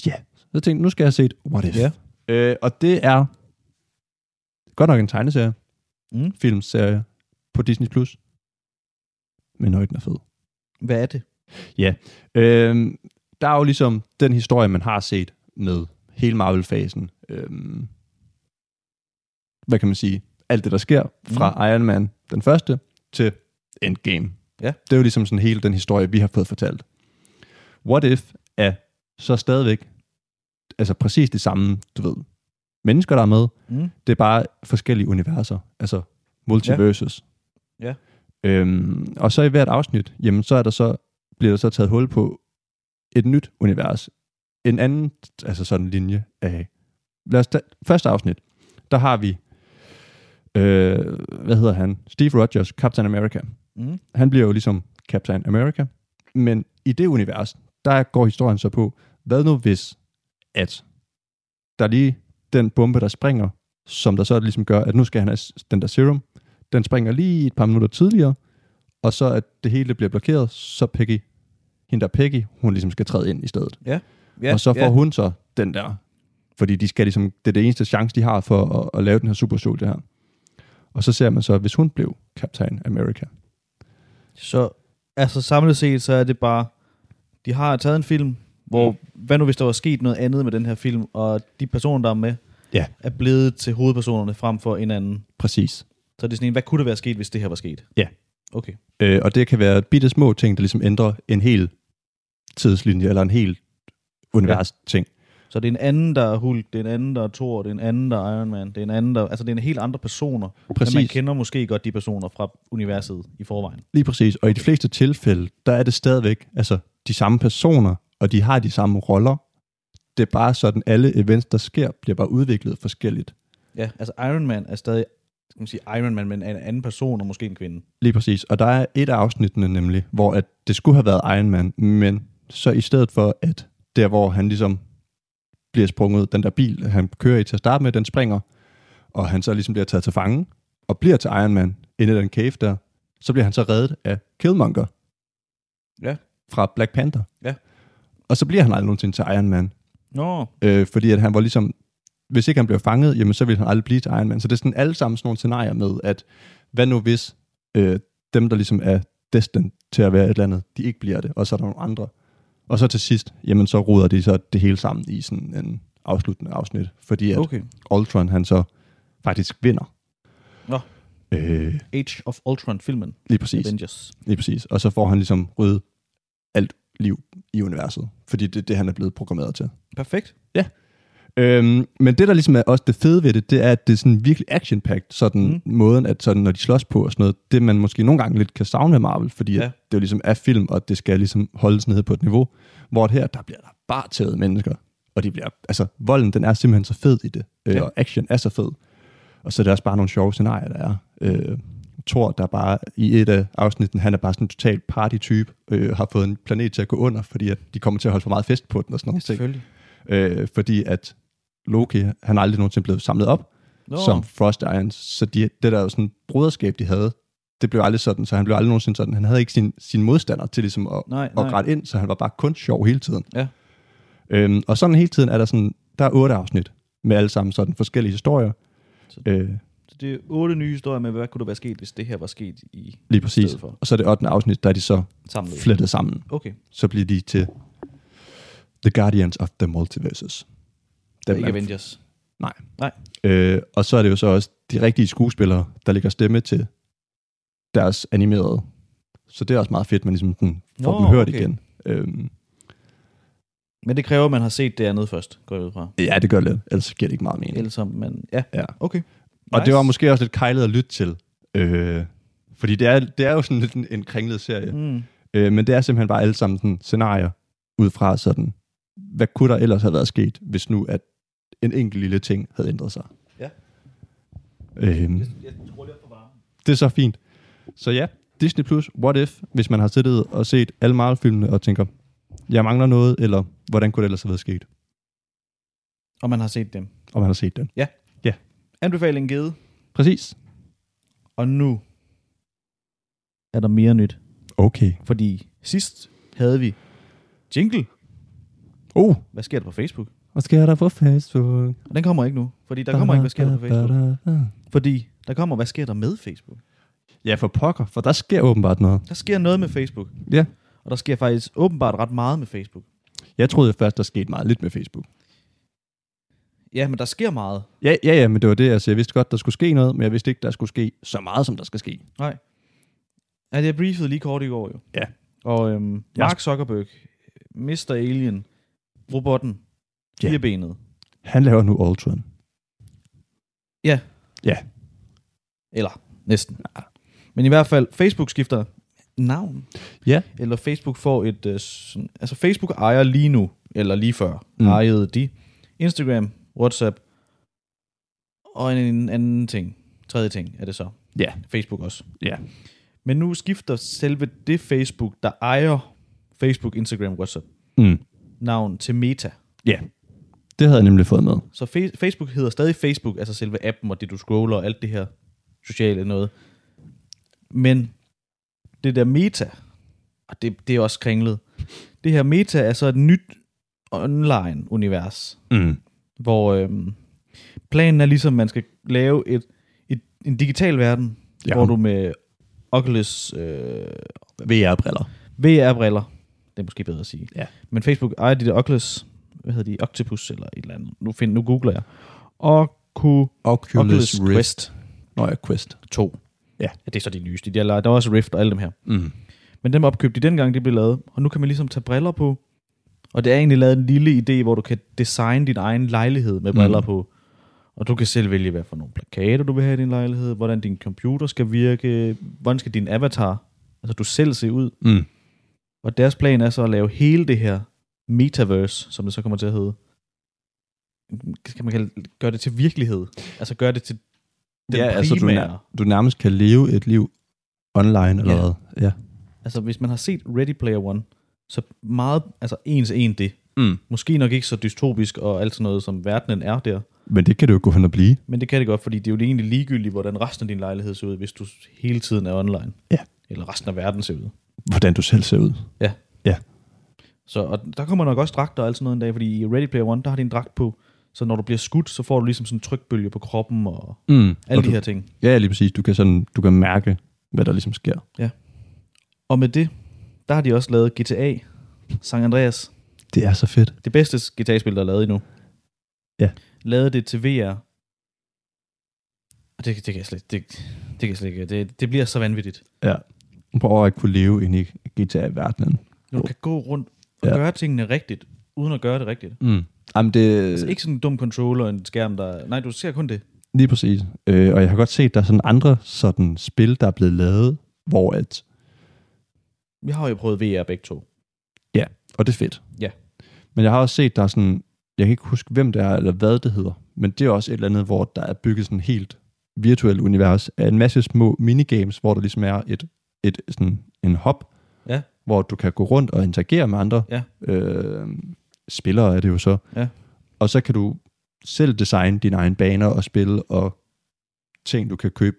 ja, så tænkte jeg, nu skal jeg se et What If. Ja. Øh, og det er godt nok en tegneserie, Mm. filmserie på Disney+. Plus. Men nøj, den er fed. Hvad er det? Øhm, der er jo ligesom den historie, man har set med hele Marvel-fasen. Øhm, hvad kan man sige? Alt det, der sker fra mm. Iron Man den første til Endgame. Ja. Det er jo ligesom sådan hele den historie, vi har fået fortalt. What If er så stadigvæk altså præcis det samme, du ved, mennesker, der er med. Mm. Det er bare forskellige universer, altså multiverses. Ja. Øhm, og så i hvert afsnit, jamen så er der så bliver der så taget hul på et nyt univers. En anden, altså sådan en linje af... Lad os da, første afsnit, der har vi... Øh, hvad hedder han? Steve Rogers, Captain America. Mm. Han bliver jo ligesom Captain America. Men i det univers, der går historien så på, hvad nu hvis, at der er lige den bombe, der springer, som der så ligesom gør, at nu skal han have s- den der serum, den springer lige et par minutter tidligere, og så at det hele bliver blokeret, så Peggy, hende der Peggy, hun ligesom skal træde ind i stedet. Ja, og så får ja. hun så den der. Fordi de skal ligesom, det er det eneste chance, de har for at, at lave den her supersoldier her. Og så ser man så, hvis hun blev Captain America. Så altså samlet set, så er det bare, de har taget en film, hvor, Mm. hvad nu hvis der var sket noget andet med den her film, og de personer, der er med, Ja. er blevet til hovedpersonerne frem for en anden. Præcis. Så er det sådan en, hvad kunne der være sket, hvis det her var sket? Ja. Okay. Øh, og det kan være bitte små ting, der ligesom ændrer en hel tidslinje, eller en hel univers ting. Så det er en anden, der er Hulk, det er en anden, der er Thor, det er en anden, der er Iron Man, det er en anden, der... Altså, det er en helt andre personer. Præcis. Men man kender måske godt de personer fra universet i forvejen. Lige præcis. Og i de fleste tilfælde, der er det stadigvæk altså, de samme personer, og de har de samme roller. Det er bare sådan, alle events, der sker, bliver bare udviklet forskelligt. Ja, altså Iron Man er stadig skal man sige, Iron Man, men af en anden person og måske en kvinde. Lige præcis. Og der er et af afsnittene nemlig, hvor at det skulle have været Iron Man, men så i stedet for, at der hvor han ligesom bliver sprunget, ud, den der bil, han kører i til at starte med, den springer, og han så ligesom bliver taget til fange, og bliver til Iron Man inde i den cave der, så bliver han så reddet af Killmonger. Ja. Fra Black Panther. Ja. Og så bliver han aldrig nogensinde til Iron Man, Nå, øh, fordi at han var ligesom, hvis ikke han blev fanget, jamen så ville han aldrig blive til Iron Man. Så det er sådan alle sammen sådan nogle scenarier med, at hvad nu hvis øh, dem, der ligesom er destined til at være et eller andet, de ikke bliver det, og så er der nogle andre. Og så til sidst, jamen så ruder de så det hele sammen i sådan en afsluttende afsnit, fordi at okay. okay. Ultron han så faktisk vinder. Nå. Øh, Age of Ultron-filmen, lige præcis. Avengers. Lige præcis. Og så får han ligesom ryddet alt liv i universet, fordi det er det, han er blevet programmeret til. Perfekt. Øhm, men det, der ligesom er også det fede ved det, det er, at det er sådan virkelig action -packed, sådan mm. måden, at sådan, når de slås på og sådan noget, det man måske nogle gange lidt kan savne af Marvel, fordi ja. Ja. det jo ligesom er film, og det skal ligesom holdes nede på et niveau, hvor at her, der bliver der bare taget mennesker, og de bliver, altså volden, den er simpelthen så fed i det, øh, Ja. og action er så fed, og så er der også bare nogle sjove scenarier, der er. Øh, Thor, der bare i et af afsnitten, han er bare sådan en total partytype, øh, har fået en planet til at gå under, fordi at de kommer til at holde for meget fest på den og sådan noget. Selvfølgelig. Øh, fordi at Loki, han er aldrig nogensinde blevet samlet op Nå, som Frost Irons. Så de, det der jo sådan broderskab, de havde, det blev aldrig sådan, så han blev aldrig nogensinde sådan. Han havde ikke sin, sin modstander til ligesom at, nej, at nej. rette ind, så han var bare kun sjov hele tiden. Ja. Øhm, og sådan hele tiden er der sådan, der er otte afsnit med alle sammen sådan forskellige historier. Så- Øh, Så det er otte nye historier med, hvad kunne der være sket, hvis det her var sket i lige præcis. stedet for. Og så er det 8. afsnit, der er de så samlet? flettet sammen. Okay. Så bliver de til The Guardians of the Multiverses. Det er ikke man- Avengers. Nej. Nej. Øh, og så er det jo så også de rigtige skuespillere, der lægger stemme til deres animerede. Så det er også meget fedt, man ligesom den, får Nå, dem hørt okay. igen. Øhm, Men det kræver, at man har set det andet først, går jeg ud fra. ja, det gør lidt, ellers giver det ikke meget mening. Ellers om man... Ja, Ja. okay. Og det var måske også lidt kejlet at lytte til. Øh, fordi det er, det er jo sådan lidt en, en kringlet serie. Mm. Mm. Øh, men det er simpelthen bare alle sammen sådan, scenarier ud fra sådan, hvad kunne der ellers have været sket, hvis nu at en enkelt lille ting havde ændret sig. Ja. Øhm, Jeg tror lige op på varmen. Det er så fint. Så ja, Disney Plus, What If, hvis man har siddet og set alle Marvel-filmene og tænker, jeg mangler noget, eller hvordan kunne det ellers have været sket, Og man har set dem. om man har set den. Anbefaling givet. Præcis. Og nu er der mere nyt. Okay. Fordi sidst havde vi jingle. Oh, Hvad sker der på Facebook? hvad sker der på Facebook? Og den kommer ikke nu. Fordi der kommer ikke, hvad sker der på Facebook. Facebook. Fordi der kommer, hvad sker der med Facebook. Ja, for pokker, for der sker åbenbart noget. Der sker noget med Facebook. Ja. Og der sker faktisk åbenbart ret meget med Facebook. Jeg troede først, der skete meget lidt med Facebook. Ja, men der sker meget. Ja, ja, ja, men det var det, altså, jeg vidste godt, der skulle ske noget, men jeg vidste ikke, der skulle ske så meget, som der skal ske. Altså, jeg briefede lige kort i går jo. Ja. Og øhm, Jeg- Mark Zuckerberg, Mr. Alien, robotten, Ja. firebenet. Han laver nu Ultron. Eller næsten. Men i hvert fald, Facebook skifter navn. Ja. Eller Facebook får et... Øh, sådan, altså Facebook ejer lige nu, eller lige før, Mm. mm. ejede de Instagram, WhatsApp og en anden ting. Tredje ting er det så. Ja. Facebook også. Ja. Men nu skifter selve det Facebook, der ejer Facebook, Instagram, WhatsApp, Mm. navn til Meta. Ja. Det havde jeg nemlig fået med. Så fe- Facebook hedder stadig Facebook, altså selve appen og det, du scroller og alt det her sociale noget. Men det der meta, og det, det er også kringlet, det her meta er så et nyt online-univers, Mm. hvor øhm, planen er ligesom, at man skal lave et, et, en digital verden, Ja. ja. hvor du med Oculus øh, VR-briller. VR-briller, det er måske bedre at sige. Ja. Men Facebook ejer de der Oculus, hvad hedder de, Octopus eller et eller andet. Nu, find, nu googler jeg. Oculus, Oculus, Oculus Quest. Quest Nå ja, Quest. 2. Ja. ja. det er så de nyeste. De har, lavet- der er også Rift og alle dem her. Mm. Men dem opkøbte de dengang, de blev lavet. Og nu kan man ligesom tage briller på. Og det er egentlig lavet en lille idé, hvor du kan designe din egen lejlighed med Mm. briller på. Og du kan selv vælge, hvad for nogle plakater du vil have i din lejlighed, hvordan din computer skal virke, hvordan skal din avatar, altså du selv se ud. Mm. Og deres plan er så at lave hele det her metaverse, som det så kommer til at hedde. Kan man kalde, gøre det til virkelighed? Altså gøre det til den ja, primære. altså du, nær- du nærmest kan leve et liv online eller Ja. hvad. Ja. Altså, hvis man har set Ready Player One, så meget, altså en til en det. Mm. Måske nok ikke så dystopisk og alt sådan noget, som verdenen er der. Men det kan det jo gå hen og blive. Men det kan det godt, fordi det er jo egentlig ligegyldigt, hvordan resten af din lejlighed ser ud, hvis du hele tiden er online. Ja. Eller resten af verden ser ud. Hvordan du selv ser ud. Så og der kommer nok også dragter og alt sådan noget en dag, fordi i Ready Player One, der har de en dragt på, så når du bliver skudt, så får du ligesom sådan en trykbølge på kroppen og Mm. alle og de du, her ting. Ja, lige præcis. Du kan, sådan, du kan mærke, hvad der ligesom sker. Og med det, der har de også lavet GTA, San Andreas, Det er så fedt. det bedste guitarspil, der er lavet endnu. Ja. Lavede det til VR. Og det, det kan jeg slet, det, det kan jeg slet ikke. Det, det bliver så vanvittigt. Prøv at kunne leve inde i GTA-verdenen. Når du kan gå rundt og ja. Ja. gøre tingene rigtigt, uden at gøre det rigtigt. Mm. Jamen det... Altså ikke sådan en dum controller og en skærm, der... Nej, du ser kun det. Lige præcis. Øh, og jeg har godt set, der er sådan andre sådan spil, der er blevet lavet, hvor at, Vi har jo prøvet VR begge to. og det er fedt. Ja. Men jeg har også set, der er sådan, jeg kan ikke huske, hvem det er, eller hvad det hedder, men det er også et eller andet, hvor der er bygget sådan et helt virtuelt univers af en masse små minigames, hvor der ligesom er et, et sådan en hop, Ja. hvor du kan gå rundt og interagere med andre Ja. øh, spillere, er det jo så. Ja. Og så kan du selv designe dine egne baner og spille og ting, du kan købe.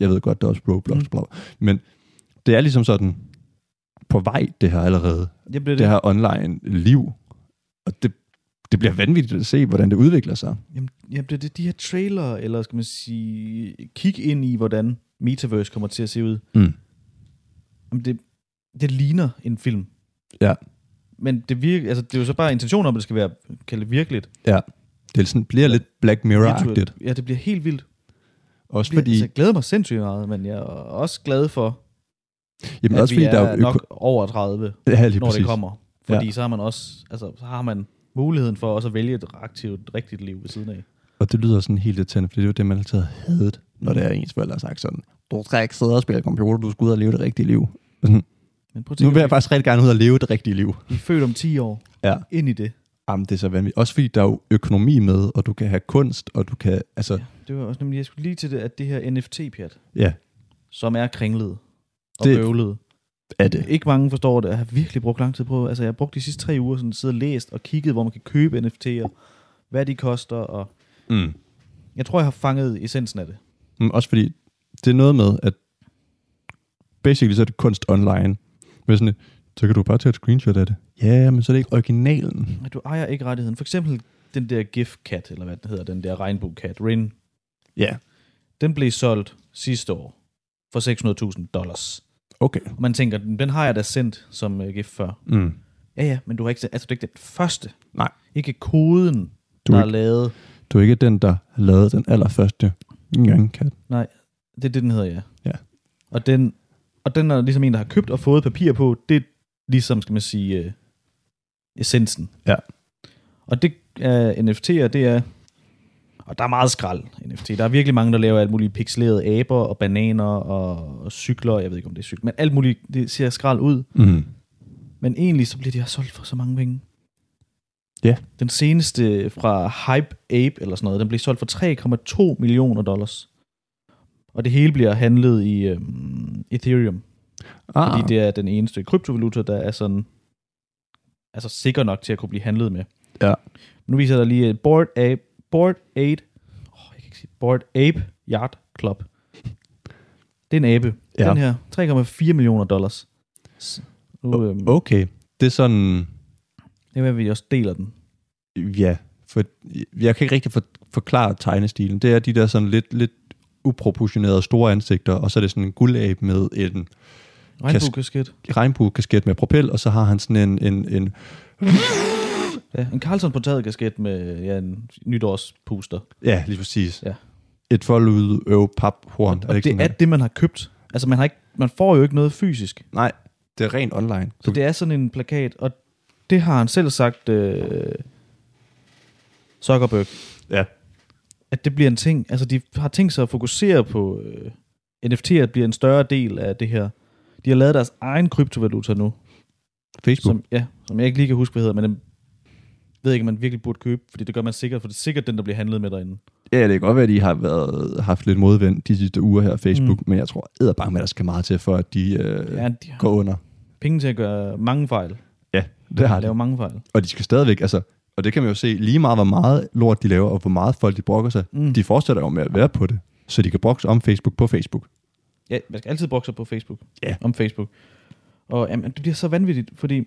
Jeg ved godt, der er også Roblox, Mm. mm. bla, bla. men det er ligesom sådan på vej, det her allerede Jamen, det, er det. det her online liv. Og det, det bliver vanvittigt at se, hvordan det udvikler sig. Jamen, jamen, det er det. De her trailer, eller skal man sige... Kig ind i, hvordan Metaverse kommer til at se ud. Mm. Jamen, det, det ligner en film. Ja. Men det, virker, altså, det er jo så bare intentionen om, at det skal være kaldet virkeligt. Det sådan, bliver lidt Black Mirror-agtigt. Ja, det bliver helt vildt. Også Fordi... fordi, Altså, jeg glæder mig sindssygt meget, men jeg er også glad for, jamen, at også vi fordi er der er jo nok øko- over 30, ja, lige når præcis. det kommer. Fordi ja. så har man også, altså, så har man muligheden for også at vælge et aktivt, rigtigt liv ved siden af. Og det lyder sådan helt lidt tændt, fordi det er jo det, man altid har hadet, når det er ens forældre har sagt sådan, du skal ikke sidde og spille computer, du skal ud og leve det rigtige liv. Sådan, Men prøv at nu tænke, vil jeg faktisk rigtig gerne ud og leve det rigtige liv. vi er født om 10 år Ja. ind i det. Jamen, det er så vanvittigt. Også fordi der er jo økonomi med, og du kan have kunst, og du kan, altså, Ja, det var også nemlig, jeg skulle lige til det, at det her NFT-pjat, ja, som er kringlet og det... Det- bøvlet. er det. Ikke mange forstår det. Jeg har virkelig brugt lang tid på. Altså, jeg har brugt de sidste tre uger sådan siddet og læst og kigget, hvor man kan købe NFT'er, hvad de koster, og Mm. jeg tror, jeg har fanget essensen af det. Mm, også fordi, det er noget med, at basically så er det kunst online. Men sådan, et, så kan du bare tage et screenshot af det. Ja, men så er det ikke originalen. At du ejer ikke rettigheden. For eksempel den der GIF-kat, eller hvad den hedder, den der regnbue-kat, Rin, Ja. den blev solgt sidste år for 600.000 dollars. Okay. Og man tænker, den den har jeg da sendt som øh, GIF før. Mm. Ja, ja, men du har ikke, altså, det er ikke den første. Nej. Ikke koden, Du, du der er er ikke, lavet. du er ikke den, der lavede den allerførste kat. Det er det, den hedder, ja. Ja. Og den, og den er ligesom en, der har købt og fået papir på. Det er ligesom, skal man sige, øh, essensen. Ja. Og det er NFT'er, det er... Og der er meget skrald NFT. Der er virkelig mange, der laver alt muligt pixelerede aber og bananer og, og cykler. Jeg ved ikke, om det er cykler, men alt muligt. Det ser skrald ud. Mm. Men egentlig, så bliver de her solgt for så mange penge. Ja. Den seneste fra Hype Ape, eller sådan noget, den blev solgt for 3,2 millioner dollars. Og det hele bliver handlet i øhm, Ethereum, ah. Ah, fordi det er den eneste kryptovaluta, der er sådan altså sikker nok til at kunne blive handlet med. Ja. Nu viser der lige et Board Ape, Board Ape, oh, jeg kan ikke sige, Board Ape Yard Club. Det er en abe. Ja. Den her, 3,4 millioner dollars. S- Nu, øhm, okay. Det er sådan, det er, hvad vi også deler den. ja, for, jeg kan ikke rigtig for, forklare tegnestilen. Det er de der sådan lidt, lidt uproportionerede store ansigter, og så er det sådan en guldabe med en Regnbuekasket. regnbuekasket med propel, og så har han sådan en, en, en Ja, en Carlson på taget kasket med ja, en nytårspuster. ja, lige præcis, Ja. et foldet øv paphorn. Og det er det, det, man har købt. Altså, man, har ikke, man får jo ikke noget fysisk. Nej, det er rent online. Så det er sådan en plakat, og det har han selv sagt, øh, Zuckerberg, ja. at det bliver en ting. Altså, de har tænkt sig at fokusere på øh, NFT'er, bliver en større del af det her. De har lavet deres egen kryptovaluta nu, Facebook. Som, som, ja, som jeg ikke lige kan huske, hvad hedder, men den ved ikke, om man virkelig burde købe, fordi det gør man sikkert, for det er sikkert den, der bliver handlet med derinde. Ja, det kan godt være, at de har været, haft lidt modvind de sidste uger her Facebook, mm. men jeg tror edderbange, at der skal meget til, for at de øh, Ja, ja. de har går under. penge til at gøre mange fejl. Ja, det har Lave de. mange fejl. Og de skal stadigvæk, altså, og det kan man jo se, lige meget hvor meget lort de laver, og hvor meget folk de brokker sig, Mm. mm. de fortsætter jo med at være på det, så de kan brokse om Facebook på Facebook. Ja, man skal altid brokse på Facebook. Ja. Om Facebook. Og jamen, det bliver så vanvittigt, fordi man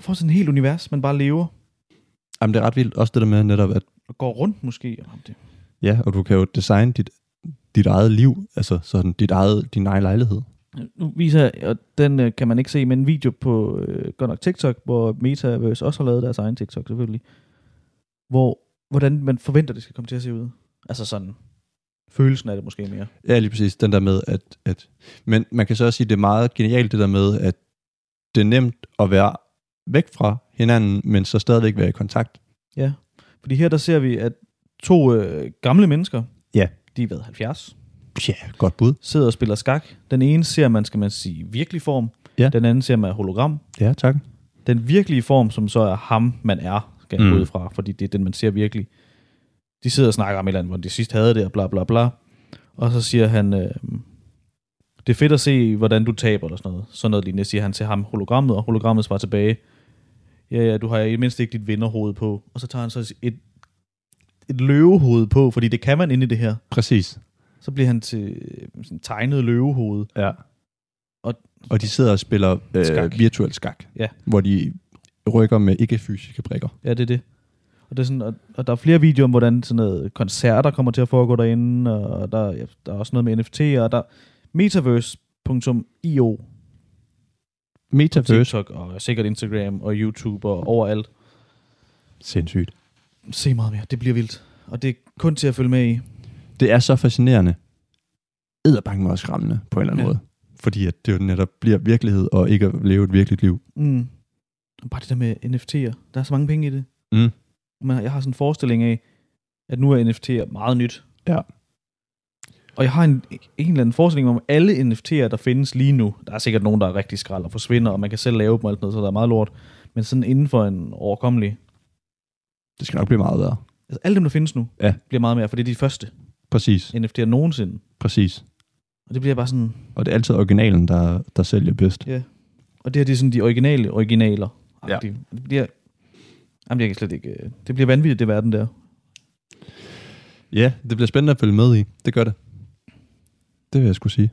får sådan et helt univers, man bare lever Jamen, det er ret vildt også det der med netop, at og går rundt måske. Jamen, det, ja, og du kan jo designe dit, dit eget liv, altså sådan dit eget, din egen lejlighed. nu viser jeg, og den øh, kan man ikke se, men en video på øh, godt nok TikTok, hvor Metaverse også har lavet deres egen TikTok selvfølgelig, hvor hvordan man forventer, det skal komme til at se ud. Altså sådan følelsen af det måske mere. Ja, lige præcis. Den der med, at, at... Men man kan så også sige, at det er meget genialt, det der med, at det er nemt at være væk fra hinanden, men så stadigvæk være i kontakt. Fordi her der ser vi, at to øh, gamle mennesker, Ja. de er været 70, Ja, godt bud. sidder og spiller skak. Den ene ser man, skal man sige, virkelig form. Ja. Den anden ser man er hologram. Ja, tak. Den virkelige form, som så er ham, man er, skal jeg Mm. mm. ud fra, fordi det er den, man ser virkelig. De sidder og snakker om et eller andet, hvor de sidst havde det, og bla bla bla. Og så siger han, øh, det er fedt at se, hvordan du taber, eller sådan noget. Sådan noget lignende, siger han til ham, hologrammet, og hologrammet svarer tilbage, ja, ja, du har i det mindste ikke dit vinderhoved på. Og så tager han så et, et løvehoved på, fordi det kan man inde i det her. Præcis. Så bliver han til øh, sådan tegnet løvehoved. Ja. Og- og de sidder og spiller øh, Skak. skak. virtuel skak. Ja. Hvor de rykker med ikke-fysiske brikker. Ja, det er det. Og, det er sådan, og, og der er flere videoer om, hvordan sådan noget koncerter kommer til at foregå derinde, og der, ja, der er også noget med NFT'er, og der metaverse.io, Metaverse. TikTok og sikkert Instagram og YouTube og overalt. Sindssygt. Se meget mere, det bliver vildt. Og det er kun til at følge med i. Det er så fascinerende. Edderbange var også skræmmende på en eller anden Ja. ja. måde. Fordi at det jo netop bliver virkelighed, og ikke at leve et virkeligt liv. Mm. Og bare det der med NFT'er, der er så mange penge i det. Mm. Men jeg har sådan en forestilling af, at nu er NFT'er meget nyt. Ja. Og jeg har en, en eller anden forestilling om alle NFT'er, der findes lige nu. Der er sikkert nogen, der er rigtig skrald og forsvinder, og man kan selv lave dem og alt sådan noget, så der er meget lort. Men sådan inden for en overkommelig... Det skal nok blive meget værre. Altså alle dem, der findes nu, Ja. bliver meget mere, for det er de første Præcis, NFT'er nogensinde. præcis. Og det bliver bare sådan... Og det er altid originalen, der, der sælger bedst. Og det her, det er sådan de originale originaler. Ja. Det bliver... Jamen, jeg kan slet ikke... øh, Det bliver vanvittigt, det verden der. Ja, det bliver spændende at følge med i. Det gør det. Det vil jeg skulle sige.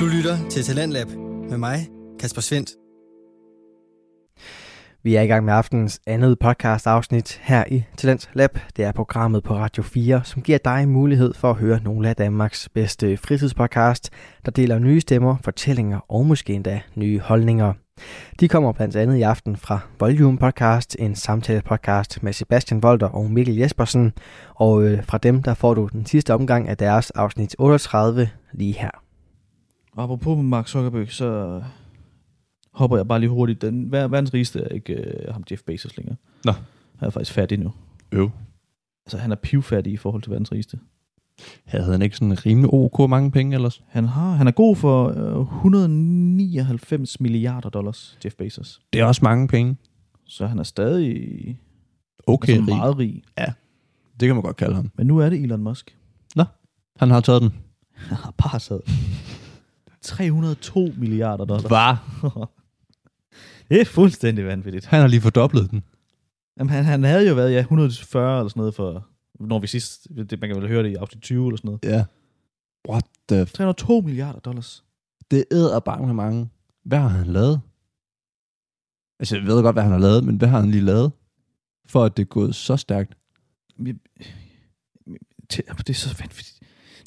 Du lytter til Talentlab med mig, Kasper Svendt. Vi er i gang med aftenens andet podcast afsnit her i Talents Lab. Det er programmet på Radio 4, som giver dig mulighed for at høre nogle af Danmarks bedste fritidspodcast, der deler nye stemmer, fortællinger og måske endda nye holdninger. De kommer blandt andet i aften fra Volume Podcast, en samtalepodcast med Sebastian Volter og Mikkel Jespersen. Og øh, fra dem der får du den sidste omgang af deres afsnit 38 lige her. Og apropos med Mark Zuckerberg, så hopper jeg bare lige hurtigt. Den, hver, verdens rigeste er ikke øh, ham Jeff Bezos længere. Nå. Han er faktisk fattig nu. Øv. Altså, han er pivfattig i forhold til verdens rigeste. Havde han ikke sådan rimelig ok mange penge ellers? Han, har, han er god for øh, 199 milliarder dollars, Jeff Bezos. Det er også mange penge. Så han er stadig Okay, altså, rig. meget rig. Det kan man godt kalde ham. Men nu er det Elon Musk. *laughs* Han har taget den. Han har bare taget 302 milliarder dollars. Var. *laughs* det er fuldstændig vanvittigt. Han har lige fordoblet den. Jamen, han, han havde jo været, ja, 140 eller sådan noget for, når vi sidst, det, man kan vel høre det i afsnit 20 eller sådan noget. Ja. What the... F- 302 milliarder dollars. det æder bare med mange. Hvad har han lavet? Altså, jeg ved godt, hvad han har lavet, men hvad har han lige lavet? For at det er gået så stærkt. Vi- Te- jamen, Det er så vanvittigt.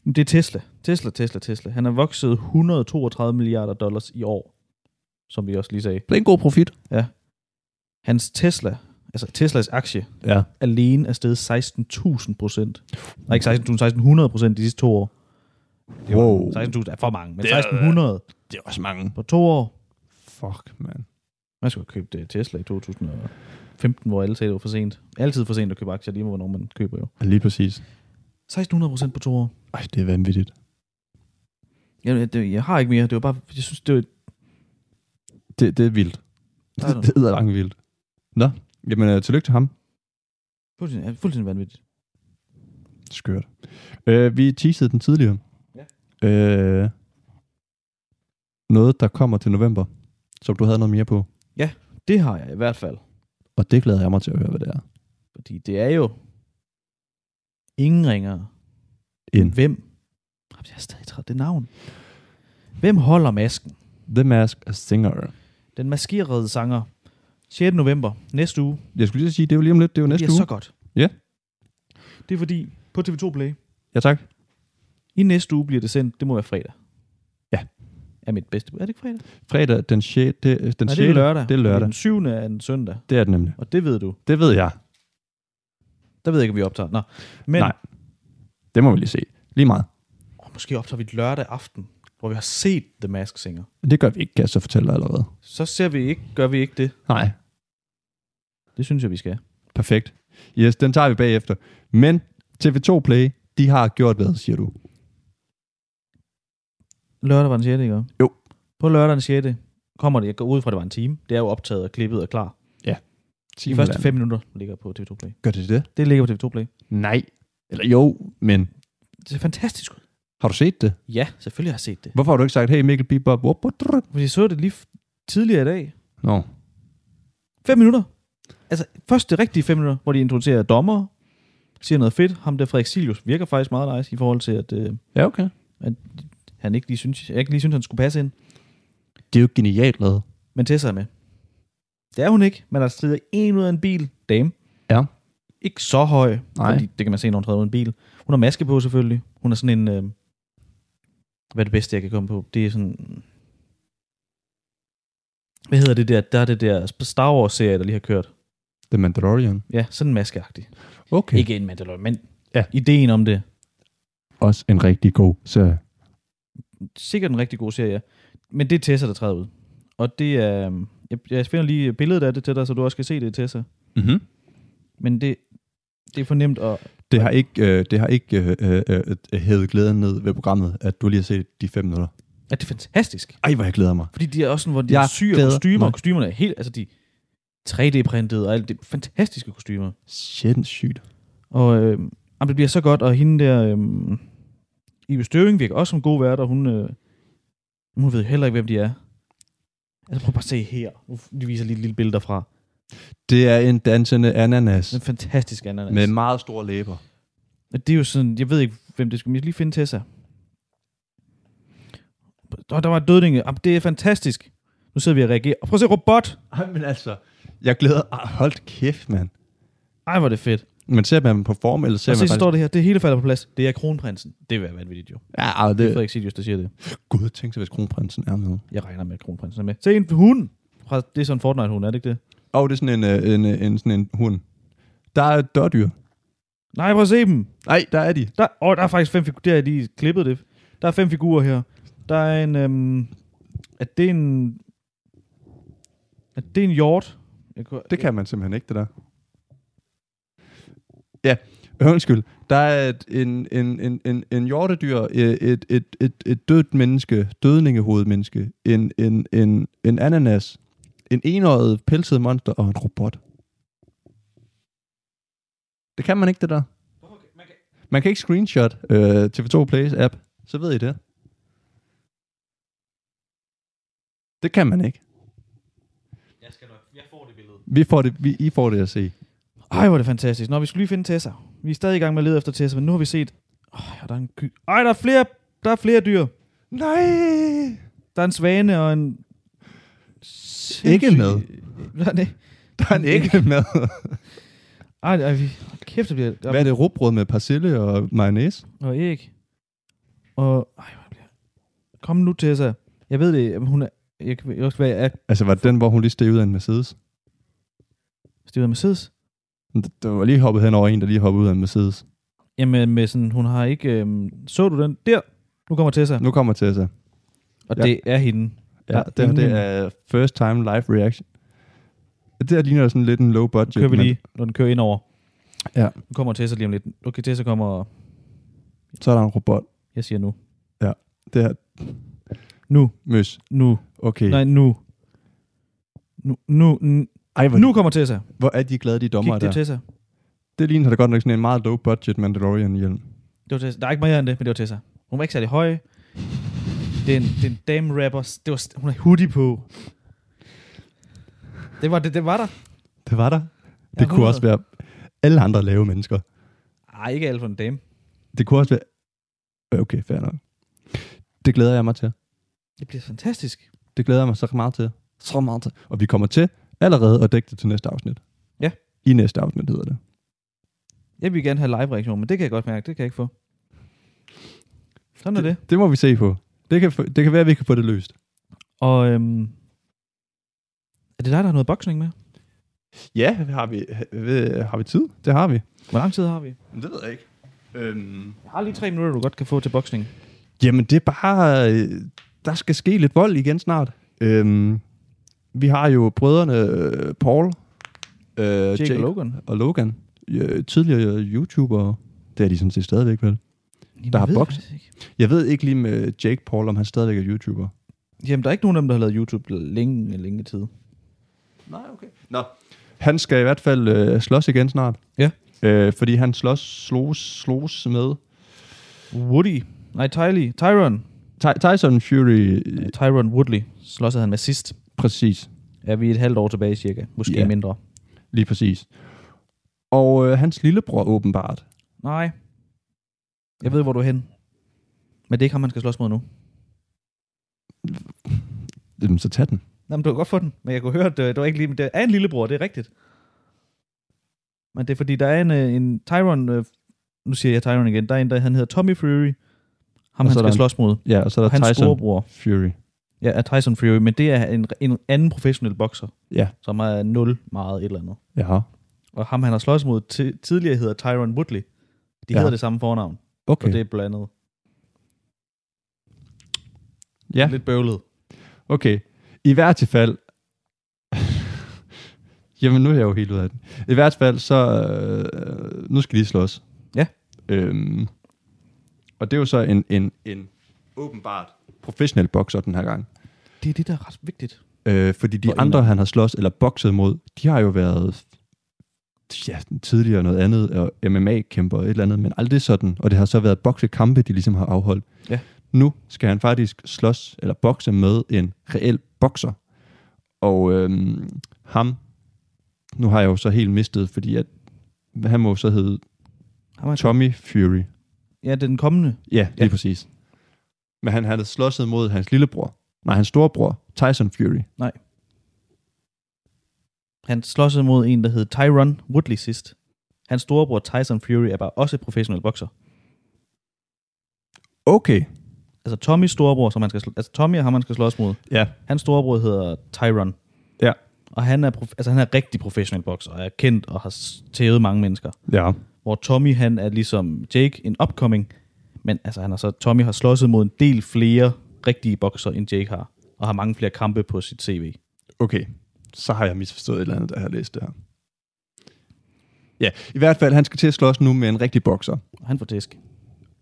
Men Det er Tesla. Tesla, Tesla, Tesla. Han har vokset 132 milliarder dollars i år, som vi også lige sagde. Det er en god profit. Hans Tesla, altså Teslas aktie, Ja. alene er steget 16.000 procent. Nej, ikke 16.000, 1.600 procent de sidste to år. Det var- Wow. 16.000 er for mange, men Det er- 1.600 Det er også mange. på to år. Fuck, man. Man skulle have købt øh, Tesla i 2015, hvor alle sagde, det var for sent. Altid for sent at købe aktier, lige med, hvornår man køber jo. Lige præcis. 1600 procent på to år. Ej, det er vanvittigt. Jeg, det, jeg har ikke mere. Det var bare, jeg synes, det var... Det, det er vildt. Der er noget. Det er langt vildt. Nå, jamen øh, tillykke til ham. Fuldstændig, ja, fuldstændig vanvittigt. Skørt. Øh, vi teasede den tidligere. Ja. Øh, noget, der kommer til november, som du havde noget mere på. Det har jeg i hvert fald. Og det glæder jeg mig til at høre, hvad det er. Fordi det er jo ingen ringer. En. Hvem? Jamen, Jeg er stadig træt af det navn. Hvem holder masken? The Mask Singer. Den maskerede sanger. 6. november næste uge. Jeg skulle lige sige, det er jo lige om lidt, det er jo næste det er uge. så godt. Ja. Det er fordi på TV2 Play, Ja, tak. i næste uge bliver det sendt, det må være fredag. Ja. Er mit bedste bud. Er det ikke fredag? Fredag den 6. Den Nej, 6. det er lørdag. Det er lørdag. Den 7. er den søndag, Det er det nemlig. og det ved du. Det ved jeg. Der ved jeg ikke, om vi optager. Nå. Men Nej. Det må vi lige se. Lige meget. Åh, måske optager vi et lørdag aften, hvor vi har set The Mask Singer. Det gør vi ikke, kan jeg så fortælle dig allerede. Så ser vi ikke, gør vi ikke det. Nej. Det synes jeg, vi skal. Perfekt. Yes, den tager vi bagefter. Men TV2 Play, de har gjort hvad, siger du? Lørdag var den 6. ikke? Jo. På lørdag den 6. kommer det, jeg går ud fra, at det var en time. Det er jo optaget og klippet og klar. De første fem minutter ligger på TV2 Play. Gør det det? Det ligger på TV2 Play. Nej. Eller jo, men Det ser fantastisk ud. har du set det? Ja, selvfølgelig har jeg set det. Hvorfor har du ikke sagt, hey Mikkel Bibop, whoop, whoop, drrr? Fordi jeg så det lige f- tidligere i dag. Nå, Fem minutter. Altså, først det rigtige fem minutter, hvor de introducerer dommer, siger noget fedt. Ham der Frederik Silius virker faktisk meget nice i forhold til, at øh, ja okay. han ikke lige synes, jeg ikke lige synes, han skulle passe ind. Det er jo genialt lavet. Men Tessa er med. Det er hun ikke, men der strider en ud af en bil. Dame. Ja. Ikke så høj, Nej. fordi det kan man se, når hun træder ud af en bil. Hun har maske på selvfølgelig. Hun er sådan en... Øh, hvad er det bedste, jeg kan komme på? Det er sådan... Hvad hedder det der? Der er det der Star Wars-serie, der lige har kørt. The Mandalorian. Ja, sådan maskeagtig. Okay. Okay. Ikke en Mandalorian, men Ja. ja. ideen om det. Også en rigtig god serie. Sikkert en rigtig god serie, ja. Men det er Tessa, der træder ud. Og det er... øhm, Jeg, jeg finder lige billedet af det til dig, så du også kan se det, Tessa. Mhm. Mm-hmm. Men det, det er for nemt at... Det har ikke, øh, det har ikke øh, øh, øh, hævet glæden ned ved programmet, at du lige har set de fem minutter. Ja, det er fantastisk. Ej, hvor jeg glæder mig. Fordi de er også sådan, hvor de Jeg jeg syr glæder kostymer, mig. og kostymerne er helt... Altså, de 3D-printede og alt det. Fantastiske kostymer. Sindssygt. Og øh, jamen, det bliver så godt, og hende der... Øh, Ibe Støving virker også som god vært, og hun... Øh, hun ved heller ikke, hvem de er. Altså, prøv bare at se her. Nu f- de viser lige et lille billede derfra. Det er en dansende ananas Den fantastiske ananas. med Men... meget store læber. Det er jo sådan... Jeg ved ikke, hvem det skulle... men Jeg skal lige finde Tessa. Der, der var et dødninge. Jamen, det er fantastisk. Nu sidder vi og reagerer. Og prøv at se robot! Ej, men altså, jeg glæder... Ej, hold kæft, mand. Ej, hvor er det fedt. Men ser man på form, eller ser Og så man står det her, det hele falder på plads. Det er kronprinsen. Det vil være vanvittigt jo. Ja, ej, Det er det... Frederik Silius, der siger det. Gud, tænk sig, hvis kronprinsen er med. Jeg regner med, at kronprinsen er med. Se en hund! Fra- Det er sådan en Fortnite-hund, er det ikke det? Og det er sådan en, øh, en, øh, en, sådan en hund. Der er et dørdyr. Nej, prøv at se dem! Nej, der er de. Der, åh, der er faktisk fem figurer. Der er lige klippet det. Der er fem figurer her. Der er en... Øhm, er det en... Er det en hjort? Jeg kunne, Det kan man simpelthen ikke, det der. Ja, øh, undskyld. Der er et, en, en, en, en, en hjortedyr, øh, et, et, et, et, et dødt menneske, dødningehovedmenneske, en, en, en, en ananas, en enøjet pelset monster og en robot. Det kan man ikke, det der. Man kan ikke screenshot øh, TV2 Plays app, så ved I det. Det kan man ikke. Jeg, skal nok, jeg får det billede. Vi får det, vi, I får det at se. Ej, hvor er det fantastisk. Nå, vi skulle lige finde Tessa. Vi er stadig i gang med at lede efter Tessa, men nu har vi set... Åh, ja, der er en ky... Ej, der er flere, der er flere dyr. Nej! Der er en svane og en... Ikke Sindssyg- med. Nej, nej. Der er en ægte mad. Ej, ej, vi... kæft, det bliver... Der Hvad er det? Rugbrød med persille og mayonnaise? Og æg. Og... Ej, hvor bliver... Kom nu, Tessa. Jeg ved det, men hun er... Jeg kan jeg kan også være, jeg er Altså, var det den, hvor hun lige steg ud af en Mercedes? styret med sids. D- Der var lige hoppet hen over en, der lige hoppede ud af en Mercedes. Jamen, øh, med sådan, hun har ikke... Øhm, så du den? Der! Nu kommer Tessa. Nu kommer Tessa. Og Ja. det er hende. Ja, det, her, det er first time live reaction. Det her ligner sådan lidt en low Nu budget. kører vi men lige, når den kører ind over. Ja. Nu kommer Tessa lige om lidt. Okay, Tessa kommer... og- Så er der en robot. Jeg siger nu. Det her, Nu. møs. Nu. Okay. Nej, nu. Nu. Nu. N- Ej, hvor, Nu kommer Tessa. hvor er de glade, de dommer Kig, det der. er Tessa. Det ligner da godt nok sådan en meget low budget Mandalorian-hjelm. Det var Tessa. Der er ikke mere end det, men det var Tessa. Hun var ikke særlig høj. Det er en, det er en dame rapper. Det var, hun har hoodie på. Det var det, det var der. Det var der. Det Ja, ja, kunne 100. også være alle andre lave mennesker. Ej, ikke alt for en dame. Det kunne også være... Øh, Okay, fair nok. Det glæder jeg mig til. Det bliver fantastisk. Det glæder jeg mig så meget til. Så meget til. Og vi kommer til allerede at dække det til næste afsnit. Ja. I næste afsnit hedder det. Jeg vil gerne have live-reaktion, men det kan jeg godt mærke. Det kan jeg ikke få. Sådan er det. Det må vi se på. Det kan, f- det kan være, at vi kan få det løst. Og øhm, er det dig, der har noget boksning med? Ja, har vi, har vi tid? Det har vi. Hvor lang tid har vi? Det ved jeg ikke. Øhm. Jeg har lige tre minutter, du godt kan få til boksning. Jamen, det er bare... øh, Der skal ske lidt vold igen snart. Øhm, vi har jo brødrene øh, Paul, øh, Jake, Jake, Jake. Logan. og Logan. Øh, tidligere YouTubere. Det er de sådan set stadigvæk, vel? Jamen, Der jeg har ved bokset. faktisk ikke. Jeg ved ikke lige med Jake Paul, om han stadigvæk er YouTuber. Jamen, der er ikke nogen af dem, der har lavet YouTube længe, længe tid. Nej, okay. Nå. Han skal i hvert fald øh, slås igen snart. Ja. Øh, fordi han slås, slås, slås med Woody. Nej, Tylee. Tyron. Ty- Tyson Fury. Ja, Øh, Tyron Woodley slåsede han med sidst. præcis. Er vi et halvt år tilbage cirka? Måske Ja. yeah. mindre. Lige præcis. Og øh, hans lillebror åbenbart Nej. Jeg ved, hvor du er hen. Men det er ikke ham, man skal slås mod nu. Jamen, så tag den. Jamen, du kan godt få den, men jeg kunne høre, at øh, det var ikke lige... Det er en lillebror, det er rigtigt. Men det er fordi, der er en, øh, en Tyron... øh, Nu siger jeg Tyron igen. Der er en, der han hedder Tommy Fury. Ham, han Og så er skal der en- slås mod. Ja, og så er Og der hans Tyson storebror Fury. ja, er Tyson Fury, men det er en, en anden professionel bokser, Ja. som er 0 meget et eller andet. Ja. Og ham, han har slås mod ti- tidligere, hedder Tyron Woodley. De Ja. hedder det samme fornavn, okay. Okay. og det er blandet. Ja. Lidt bøvlet. Okay. I hvert fald... *laughs* Jamen, nu er jeg jo helt ud af den. I hvert fald, så... Øh, nu skal de slås. Ja. Øhm, og det er jo så en, en, en åbenbart professionel bokser den her gang. Det er det, der er ret vigtigt. Øh, fordi de Og en andre, han har slås eller bokset mod, de har jo været ja, tidligere noget andet, og MMA-kæmper og et eller andet, men aldrig sådan. Og det har så været boksekampe, de ligesom har afholdt. Ja. Nu skal han faktisk slås eller bokse med en reel bokser. Og øhm, ham, nu har jeg jo så helt mistet, fordi at, han må jo så hedde Ham er- Tommy Fury. Ja, den kommende. Ja, lige Ja. ja. præcis. Men han havde slåsset mod hans lillebror. Nej, hans storebror, Tyson Fury. Han slås mod en, der hed Tyron Woodley sidst. Hans storebror Tyson Fury er bare også professionel bokser. Okay. Altså Tommys storebror, som han skal sl- altså Tommy er ham, han skal slås mod. Ja, Hans storebror hedder Tyron. Ja. Og han er, prof- altså, han er rigtig professionel bokser, og er kendt og har s- tævet mange mennesker. ja. Hvor Tommy, han er ligesom Jake, en upcoming, men altså, han har så, Tommy har slåsset mod en del flere rigtige bokser, end Jake har, og har mange flere kampe på sit CV. Okay, så har jeg misforstået et eller andet, da jeg har læst det her. Ja, i hvert fald, han skal til at slås nu med en rigtig bokser. Og han får tæsk.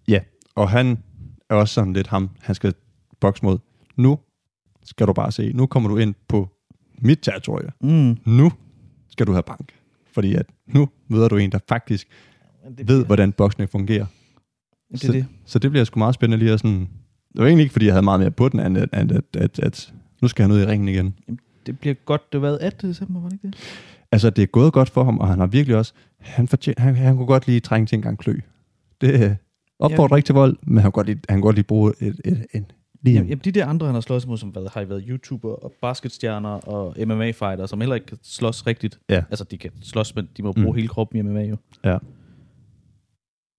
Ja. Og han er også sådan lidt ham, han skal bokse mod. Nu skal du bare se, nu kommer du ind på mit territorie. Mm. Nu skal du have bank. Fordi at nu møder du en, der faktisk ved, hvordan boksning fungerer. det, er det. Så det bliver sgu meget spændende lige at sådan... Det var egentlig ikke, fordi jeg havde meget mere på den, end at, at, at, at, at nu skal han ud i ringen igen. det bliver godt, det har været 18. december, var det ikke det? altså, det er gået godt for ham, og han har virkelig også, han, fortjener, han, han kunne godt lige trænge til en gang klø. Det øh, opfordrer ikke til vold, men han kunne godt lige, han kunne godt lige bruge et, et, en, lige Jamen, en, jamen, de der andre, han har slået mod, som hvad, har været YouTuber og basketstjerner og MMA-fighter, som heller ikke kan slås rigtigt. Ja. Altså, de kan slås, men de må bruge mm. Mm. hele kroppen i MMA jo. Ja.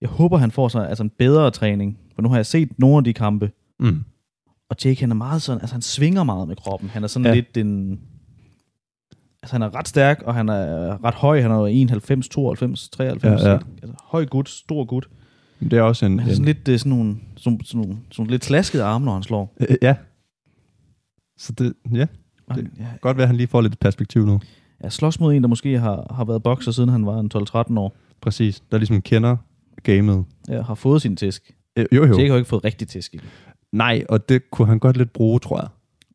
Jeg håber, han får sig altså, en bedre træning, for nu har jeg set nogle af de kampe, mm, og Jake, han er meget sådan, altså han svinger meget med kroppen. Han er sådan ja. Ja. lidt en... Altså han er ret stærk, og han er ret høj. Han er jo 91, 92, 93. Ja, ja. Altså, høj gut, stor gut. det er også en, Men han er en sådan lidt øh, sådan nogle, sådan, sådan nogle, sådan nogle lidt slaskede arme, når han slår. øh, ja. Så det, ja, Og Det- Han, ja, godt være, at han lige får lidt perspektiv nu. jeg slås mod en, der måske har, har været bokser, siden han var en 12-13 år. Præcis, der ligesom kender gamet. Ja, har fået sin tæsk. Øh, jo, jo. Jake har jo ikke fået rigtig tæsk. endnu. Nej, og det kunne han godt lidt bruge, tror jeg.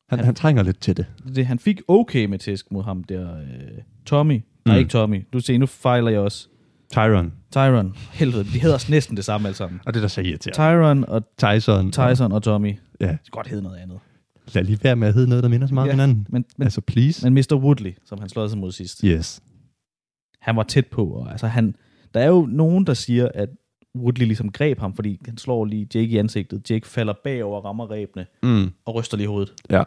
Han, Han- han trænger lidt til det. det, han fik okay med tæsk mod ham der, øh, Tommy. Mm. Nej, Mm. ikke Tommy. Du ser, nu fejler jeg også. Tyron. Tyron. Helvede, de hedder også næsten det samme alle sammen. Og det er der så irriterende. Tyron og Tyson. Tyson og Tommy. Det Ja. skal godt hedde noget andet. Lad lige være med at hedde noget, der minder så meget om Ja. hinanden. Men, men, Altså, please. men Mr. Woodley, som han slåede sig mod sidst, Yes. han var tæt på. Og, altså, han, der er jo nogen, der siger, at Woodley ligesom greb ham, fordi han slår lige Jake i ansigtet. Jake falder bagover og rammer ræbene Mm. og ryster lige hovedet. Ja.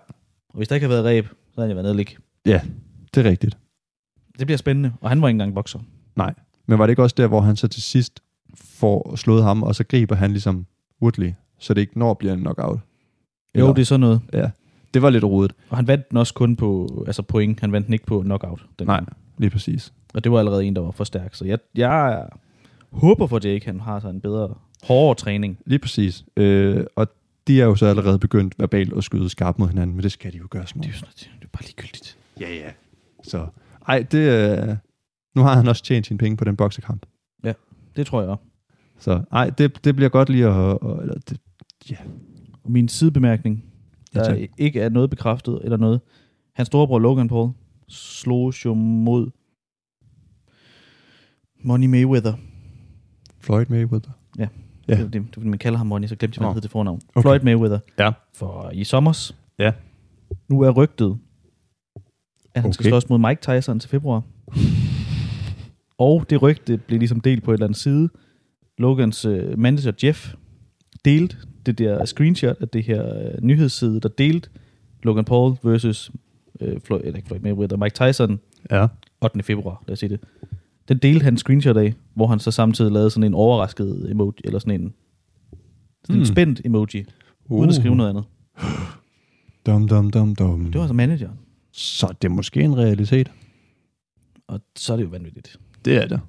Og hvis der ikke havde været ræb, så havde han jo været nede og ligge. Ja, det er rigtigt. Det bliver spændende. Og han var ikke engang bokser. Men var det ikke også der, hvor han så til sidst får slået ham, og så griber han ligesom Woodley, så det ikke når at blive en knockout? Jo, det er sådan noget. Ja, det var lidt rodet, Og han vandt den også kun på altså point. Han vandt den ikke på knockout. Den Nej. gang. lige præcis. Og det var allerede en, der var for stærk. Så jeg, jeg håber for Jake, han har sådan en bedre, hårdere træning. Lige præcis. Øh, og de er jo så allerede begyndt verbalt at skyde skarpt mod hinanden, men det skal de jo gøre sådan Det er jo noget. sådan, det er jo bare ligegyldigt. Ja, ja. Så, ej, det, øh, nu har han også tjent sine penge på den boksekamp. Det tror jeg også. Så ej, det, det bliver godt lige at... at eller, det, Og min sidebemærkning, Ja, der tak. ja, ikke er noget bekræftet eller noget. Hans storebror Logan Paul slog jo mod Money Mayweather. Floyd Mayweather. Ja. Ja. Det, er jo det, det, er, fordi man kalder ham Money, så glemte jeg, hvad Nå. han hed til fornavn. Okay. Okay. Floyd Mayweather. Ja. For i sommers. Ja. Nu er rygtet, at han okay. skal Okay. slås mod Mike Tyson til februar. Og det rygte blev ligesom delt på et eller andet side. Logans øh, manager Jeff delte det der screenshot af det her øh, nyhedsside, der delte Logan Paul versus øh, Floyd, eller ikke Floyd Mayweather, Mike Tyson Ja. 8. februar, lad os sige det. Den delte han en screenshot af, hvor han så samtidig lavede sådan en overrasket emoji, eller sådan en, sådan Hmm. en spændt emoji, uh. uden at skrive noget andet. Dum, dum, dum, dum. Det var altså manageren. Så det er måske en realitet. Og så er det jo vanvittigt. Det er det.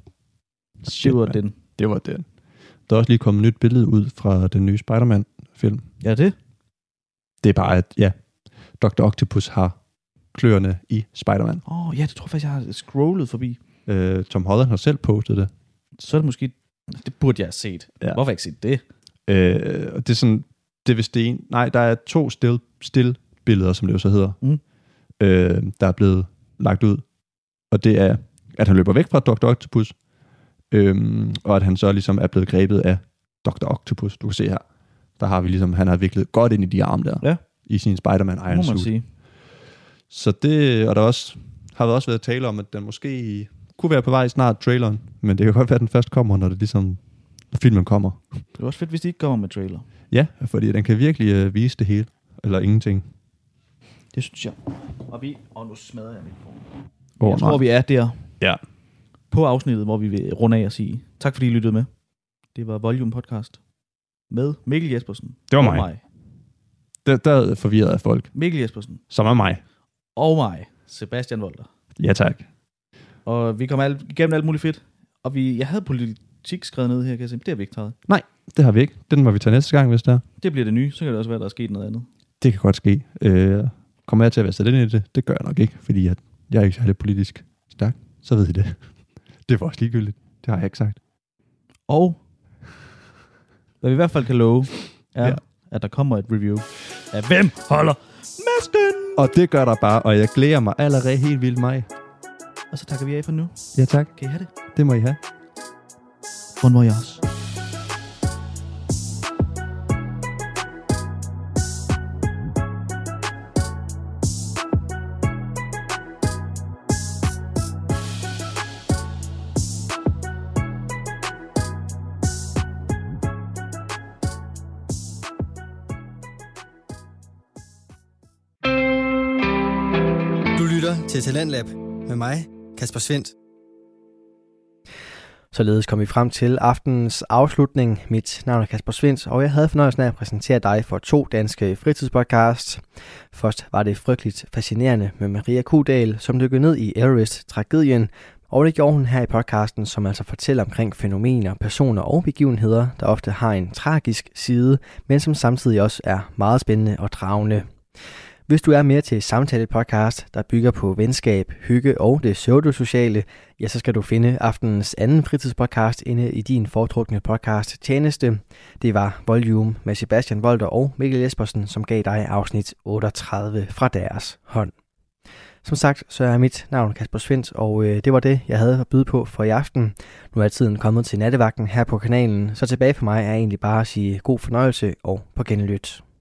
det var den. Det var den. Der er også lige kommet nyt billede ud fra den nye Spider-Man-film. Ja, det. Det er bare, at ja, Dr. Octopus har kløerne i Spider-Man. Åh, oh, ja, det tror jeg faktisk, jeg har scrollet forbi. Øh, Tom Holland har selv postet det. Så er det måske... Det burde jeg have set. Ja. Ja. Hvorfor har jeg ikke set det? Øh, og det er sådan, det er vist det ene. Nej, der er to still, still billeder, som det jo så hedder, Mm. øh, der er blevet lagt ud. Og det er, at han løber væk fra Dr. Octopus, øhm, og at han så ligesom er blevet grebet af Dr. Octopus. Du kan se her, der har vi ligesom, han har viklet godt ind i de arme der, Ja. i sin Spider-Man Det Iron må man Suit. sige. Så det, og der også, har også været tale om, at den måske kunne være på vej snart, traileren, men det kan godt være, at den først kommer, når det ligesom, når filmen kommer. Det er også fedt, hvis de ikke kommer med trailer. Ja, fordi den kan virkelig øh, vise det hele, eller ingenting. Det synes jeg. Og vi... Og nu smadrer jeg min form. Åh, Jeg tror, vi er der Ja. på afsnittet, hvor vi vil runde af og sige tak, fordi I lyttede med. Det var Volume Podcast med Mikkel Jespersen. Det var og mig. Der, der er forvirret af folk, Mikkel Jespersen som er mig. og mig, Sebastian Volter. Ja tak. Og vi kom alt, igennem alt muligt fedt. Og vi, jeg havde politik skrevet ned her, kan jeg se. men Det har vi ikke taget. Det har vi ikke. Den må vi tage næste gang, hvis der. Det bliver det nye. Så kan det også være, der er sket noget andet. Det kan godt ske. Øh, kommer jeg til at være sat ind i det? Det gør jeg nok ikke, fordi jeg, jeg er ikke særlig politisk stærk. Så ved I det. *laughs* Det var også ligegyldigt. Det har jeg ikke sagt. Og hvad vi i hvert fald kan love, er, Ja. ja. at der kommer et review af Hvem holder masken? Og det gør der bare, og jeg glæder mig allerede helt vildt mig. Og så takker vi af for nu. Ja tak. Kan I have det? Det må I have. Bon voyage. Du lytter til Talentlab med mig, Kasper Svendt. Således kom vi frem til aftenens afslutning. Mit navn er Kasper Svens, og jeg havde fornøjelsen af at præsentere dig for to danske fritidspodcasts. Først var det frygteligt fascinerende med Maria Kudal, som dykkede ned i Everest-tragedien, og det gjorde hun her i podcasten, som altså fortæller omkring fænomener, personer og begivenheder, der ofte har en tragisk side, men som samtidig også er meget spændende og dragende. Hvis du er mere til samtale-podcast, der bygger på venskab, hygge og det pseudosociale, ja, så skal du finde aftenens anden fritidspodcast inde i din foretrukne podcast Tjeneste. Det var Volume med Sebastian Volter og Mikkel Jespersen, som gav dig afsnit 38 fra deres hånd. Som sagt, så er mit navn Kasper Svendt, og øh, det var det, jeg havde at byde på for i aften. Nu er tiden kommet til nattevagten her på kanalen, så tilbage for mig er egentlig bare at sige god fornøjelse og på genlyt.